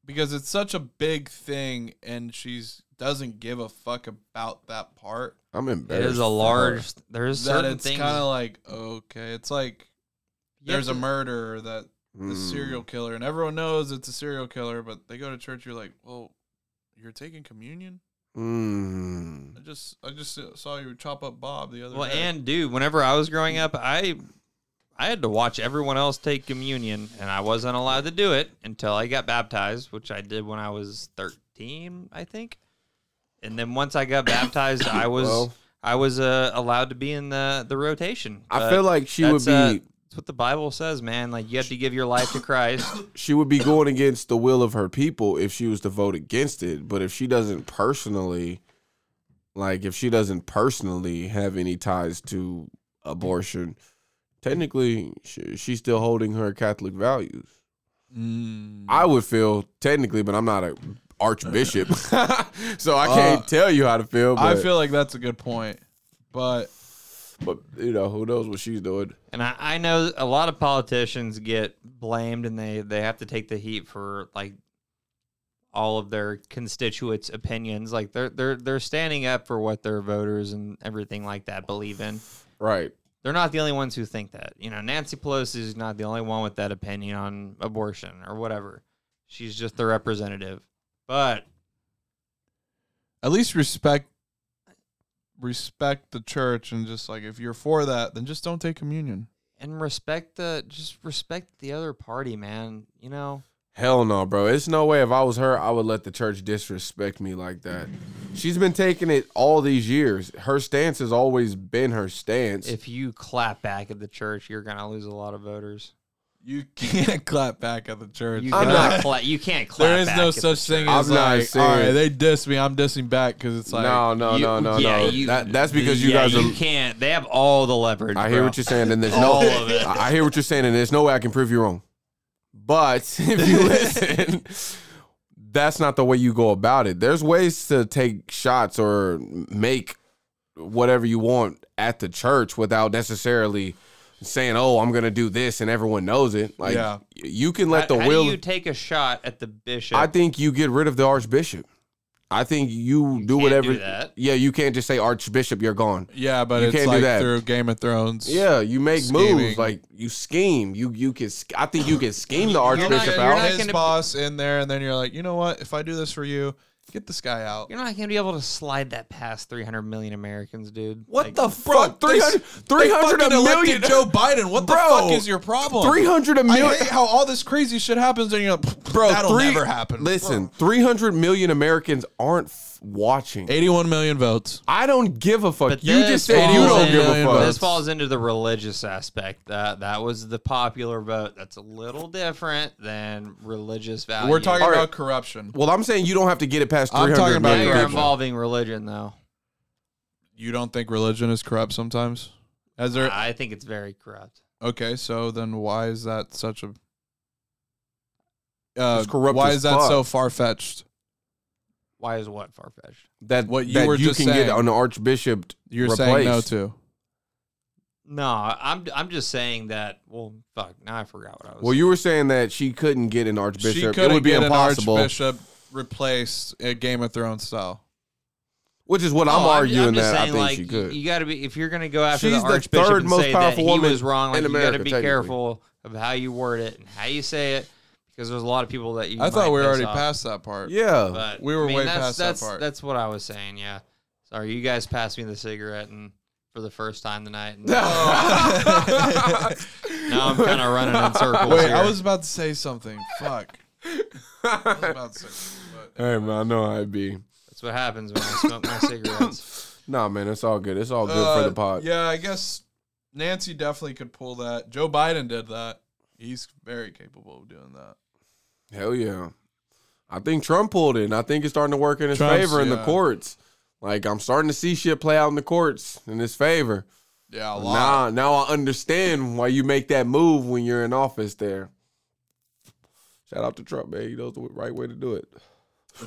because it's such a big thing, and she's doesn't give a fuck about that part.
I'm
It
embarrassed.
is a
for her.
large. There's
That
certain
it's
things.
kind of like okay, it's like
you have
there's a
to-
murderer that the
Mm.
serial killer, and everyone knows it's a serial killer, but they go to church. You're like, well, you're taking communion.
Mm.
I just, I just saw you chop up Bob the other
Well,
day.
and dude, whenever I was growing up, I I had to watch everyone else take communion, and I wasn't allowed to do it until I got baptized, which I did when I was thirteen, I think. And then once I got baptized, I was
Well.
I was uh, allowed to be in the the rotation.
I
But
feel like she would
that's,
be
uh, that's what the Bible says, man. Like you have to give your life to Christ.
she would be going against the will of her people if she was to vote against it. But if she doesn't personally, like if she doesn't personally have any ties to abortion, technically she, she's still holding her Catholic values.
Mm.
I would feel technically, but I'm not a archbishop, so I can't
Uh,
tell you how to feel. But,
I feel like that's a good point, but
but you know who knows what she's doing.
And I, I know a lot of politicians get blamed and they, they have to take the heat for like all of their constituents' opinions. Like they're they're they're standing up for what their voters and everything like that believe in.
Right?
They're not the only ones who think that. You know, Nancy Pelosi is not the only one with that opinion on abortion or whatever. She's just the representative. But
at least respect respect the church and just like if you're for that then just don't take communion
and respect the just respect the other party, man. You know,
Hell no, bro. It's no way if I was her, I would let the church disrespect me like that. She's been taking it all these years. Her stance has always been her stance.
if you clap back at the church, you're gonna lose a lot of voters.
you can't clap back at the church
You
I'm
cannot
not-
cla- you can't clap.
there is
back
no
at the
such thing
church.
as
I'm not
like
serious.
all right they diss me i'm dissing back because it's like
no, no,
you-
no, no,
yeah,
no.
you-
that, that's because you
Yeah,
guys
you
are.
can't. They have all the leverage.
I hear
bro.
what you're saying, and there's
All
no.
of it.
I I hear what you're saying, and there's no way I can prove you wrong. But if you listen, that's not the way you go about it. There's ways to take shots or make whatever you want at the church without necessarily saying, "Oh, I'm gonna do this," and everyone knows it. Like
Yeah.
you can let
how,
the
how
will.
do you take a shot at the bishop?
I think you get rid of the archbishop. I think you, do
can't
whatever.
do that.
Yeah, you can't just say archbishop, you're gone.
yeah but
You
it's
can't do
like
that.
through game of thrones
Yeah, you make
Scheming.
moves like you scheme. You you can. sch- I think you can scheme the
not-
archbishop
you're
out.
not
his
gonna-
boss in there and then you're like you know what if i do this for you get this guy out
you're not gonna be able to slide that past 300 million Americans, dude.
What
Like,
the fuck? 300, 300 a million.
Joe Biden. What
the
the
Bro,
fuck
fuck is
is your problem?
300 a
I
million.
hate how all this crazy shit happens, and you're like, bro, that'll
three-
never happen.
Listen, 300 million Americans aren't f- watching.
81 million votes.
I don't give a fuck.
But
You
this
just said
falls
you don't
in-
give a
million
fuck.
This falls into the religious aspect. That that was the popular vote. That's a little different than religious values.
We're talking
All right.
about corruption.
Well, I'm saying you don't have to get it past
I'm
300
talking about
now
million
you're
people.
involving religion, though.
You don't think religion is corrupt sometimes? As there,
I think it's very corrupt.
okay, so then why is that such a? Uh,
It's corrupt
why
as
is that
fuck.
so far fetched?
Why is what far fetched?
That
What you
that
were
you
just
can
saying.
get an archbishop.
You're saying no
Replaced.
to.
No, I'm I'm just saying that. Well, fuck. Now I forgot what I was.
Well, you were saying that she couldn't get an
she
archbishop. It
couldn't
would be
get
impossible,
an archbishop replaced at Game of Thrones style.
which is what
No,
I'm arguing
just
that I
saying,
think
like,
e-
she could.
You got to be if you're going to go after
She's
the
the
archbishop
third
and
most
say
powerful
that he
woman
was wrong. Like
in
you got
America,
to be
technically.
careful of how you word it and how you say it because there's a lot of people that you.
I thought
might
we were
piss
already
off,
past that part.
Yeah.
But
We were
I mean,
way
that's,
past that
that's,
part.
That's what I was saying. Yeah. Sorry, you guys passed me the cigarette and for the first time tonight. And now I'm kind of running in circles.
Wait,
here.
I was about to say something. Fuck. I was about to say something, but
Hey man, I know how it be.
That's what happens when I smoke my cigarettes.
Nah, man, it's all good. It's all good for
Uh,
the pod.
Yeah, I guess Nancy definitely could pull that. Joe Biden did that. He's very capable of doing that.
Hell yeah. I think Trump pulled it, and I think it's starting to work in his
Trump's-
favor in the
yeah.
courts. Like I'm starting to see shit play out in the courts in his favor.
Yeah, a lot.
Now, now I understand why you make that move when you're in office there. Shout out to Trump, man. He knows the right way to do it.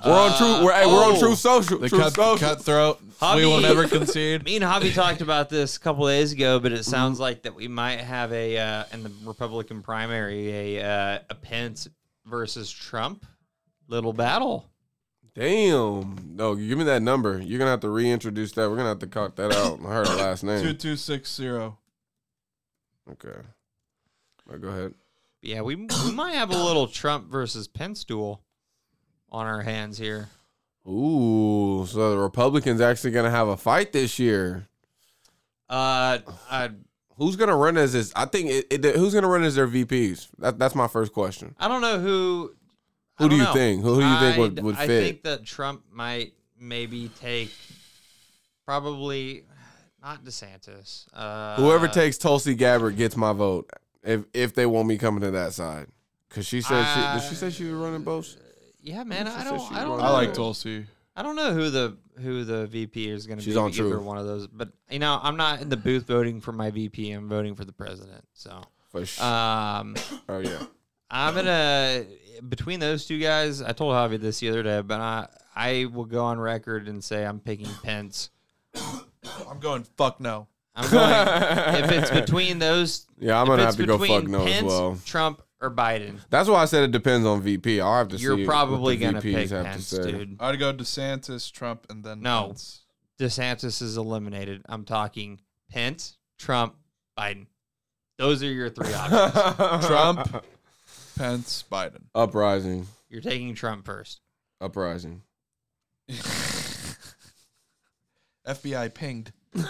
We're on true. We're, hey, we're on
oh.
True Social.
Uh, The
True
cut,
Social.
cutthroat.
Hobby.
We will never concede.
Me and Javi talked about this a couple days ago, but it sounds like that we might have a uh, in the Republican primary a uh, a Pence versus Trump little battle.
Damn. No, give me that number. You're gonna have to reintroduce that. We're gonna have to cut that out. I heard the last
Two
name.
two six zero.
Okay. Now go ahead.
Yeah, we, we might have a little Trump versus Pence duel on our hands here.
Ooh, so the Republicans actually gonna have a fight this year.
Uh, I
Who's gonna run as this? I think it, it, who's gonna run as their VPs? That, that's my first question.
I don't know who. I
Who do
don't
you
know.
think? Who do you think would,
I'd-
would
I
fit?
think that Trump might maybe take probably not DeSantis. Uh,
Whoever takes Tulsi Gabbard gets my vote. If if they want me coming to that side, because she said she did she say she was running both?
Yeah, man.
She
I
said
don't.
she
I don't.
wanted
Know.
I like
to-
Tulsi.
I don't know who the who the VP is going to be.
She's on
either
Truth.
one of those. But you know, I'm not in the booth voting for my VP. I'm voting for the president. So,
For sure.
um,
oh yeah.
I'm gonna between those two guys. I told Javi this the other day, but I I will go on record and say I'm picking Pence.
I'm going fuck no.
I'm going if it's between those.
Yeah, I'm
if
gonna
it's
have to go
between
fuck no as
Pence,
well.
Trump or Biden.
That's why I said it depends on VP. I'll have to see.
You're probably
what the
gonna
VPs
pick
have
Pence,
to say.
dude.
I'd go DeSantis, Trump, and then
No.
Pence.
DeSantis is eliminated. I'm talking Pence, Trump, Biden. Those are your three options.
Trump. Pence, Biden.
Uprising.
You're taking Trump first.
Uprising.
FBI pinged. FBI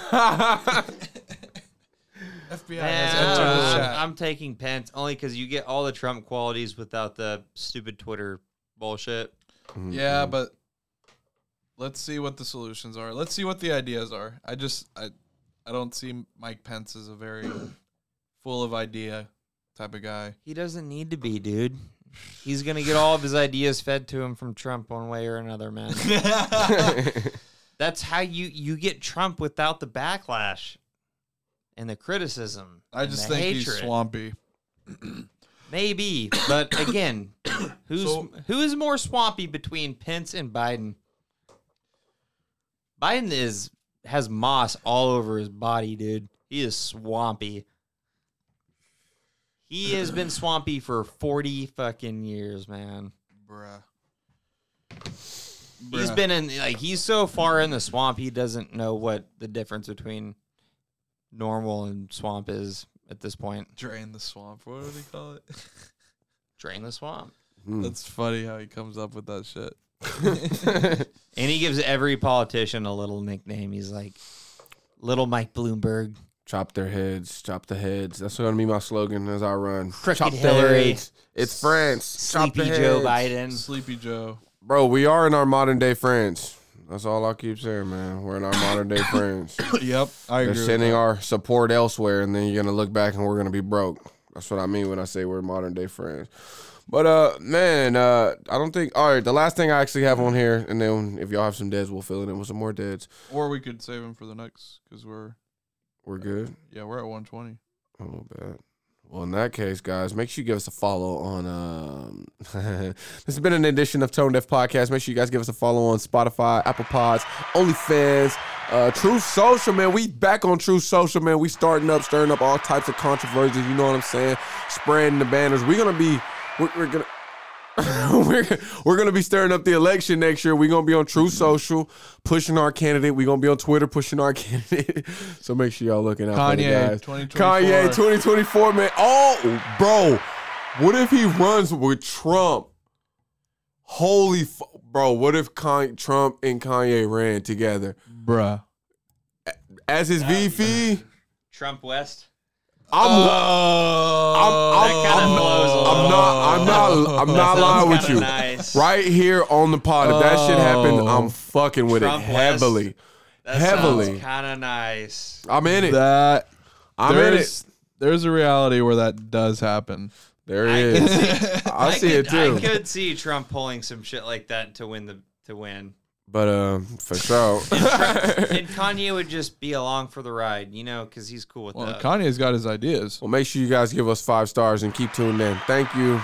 has
Man,
entered the chat.
um, I'm, I'm taking Pence only because you get all the Trump qualities without the stupid Twitter bullshit.
Mm-hmm.
Yeah, but let's see what the solutions are. Let's see what the ideas are. I just I I don't see Mike Pence as a very full of idea type of guy.
He doesn't need to be, dude. He's gonna get all of his ideas fed to him from Trump one way or another, man. That's how you you get Trump without the backlash and the criticism.
I
and
just
the
think he's
hatred.
swampy.
Maybe, but again, who's
So-
who is more swampy between Pence and Biden? Biden is has moss all over his body, dude. He is swampy. He has been swampy for 40 fucking years, man.
Bruh.
He's
Bruh.
been in like he's so far in the swamp he doesn't know what the difference between normal and swamp is at this point.
drain the swamp. What do they call it?
Drain the swamp.
Hmm.
That's funny how he comes up with that shit.
And he gives every politician a little nickname. He's like Little Mike Bloomberg,
Chop their heads, chop the heads. That's gonna be my slogan as I run.
Crooked
chop their
Hillary.
heads. It's France. chop the
Sleepy Joe
heads.
Biden.
Sleepy Joe.
Bro, we are in our modern day France. That's all I keep saying, man. We're in our modern day France.
yep, I
They're
agree. with
sending
that.
our support elsewhere, and then you're gonna look back and we're gonna be broke. That's what I mean when I say we're modern day friends. But uh, man, uh, I don't think. All right, the last thing I actually have on here, and then if y'all have some deads, we'll fill it in with some more deads.
or we could save him for the next because we're
We're good.
yeah we're at 120.
Oh, bad. Well, in that case, guys, make sure you give us a follow on. Um, this has been an edition of Tone Deaf Podcast. Make sure you guys give us a follow on Spotify, Apple Pods, OnlyFans, uh, True Social. Man, we back on True Social. Man, we starting up, stirring up all types of controversies. You know what I'm saying? Spreading the banners. We're gonna be. We're, we're gonna. we're, we're gonna be stirring up the election next year. We're gonna be on True Social, pushing our candidate. We're gonna be on Twitter, pushing our candidate. so make sure y'all looking out for the
Kanye,
guys.
2024.
Kanye 2024, man. Oh, bro. What if he runs with Trump? Holy f- bro! What if Con- Trump and Kanye ran together
bruh.
as his VP?
Trump West.
I'm
Uh,
Oh,
I'm,
That kinda
I'm-
blows a
I'm not. I'm not. I'm not
Sounds
lying with
kinda
you.
nice.
Right here on the pod, if that shit happened, I'm fucking with
Oh. Trump
it
West.
heavily. heavily.
Kind of nice.
I'm in it.
That
I'm in it.
there's there's a reality where that does happen.
There
I
it
can
is.
I
I see
could,
it too.
I could see Trump pulling some shit like that to win the to win.
But um, for sure.
And Kanye would just be along for the ride, you know, because he's cool with
well,
that.
Kanye's got his ideas.
well, make sure you guys give us five stars and keep tuned in. Thank you.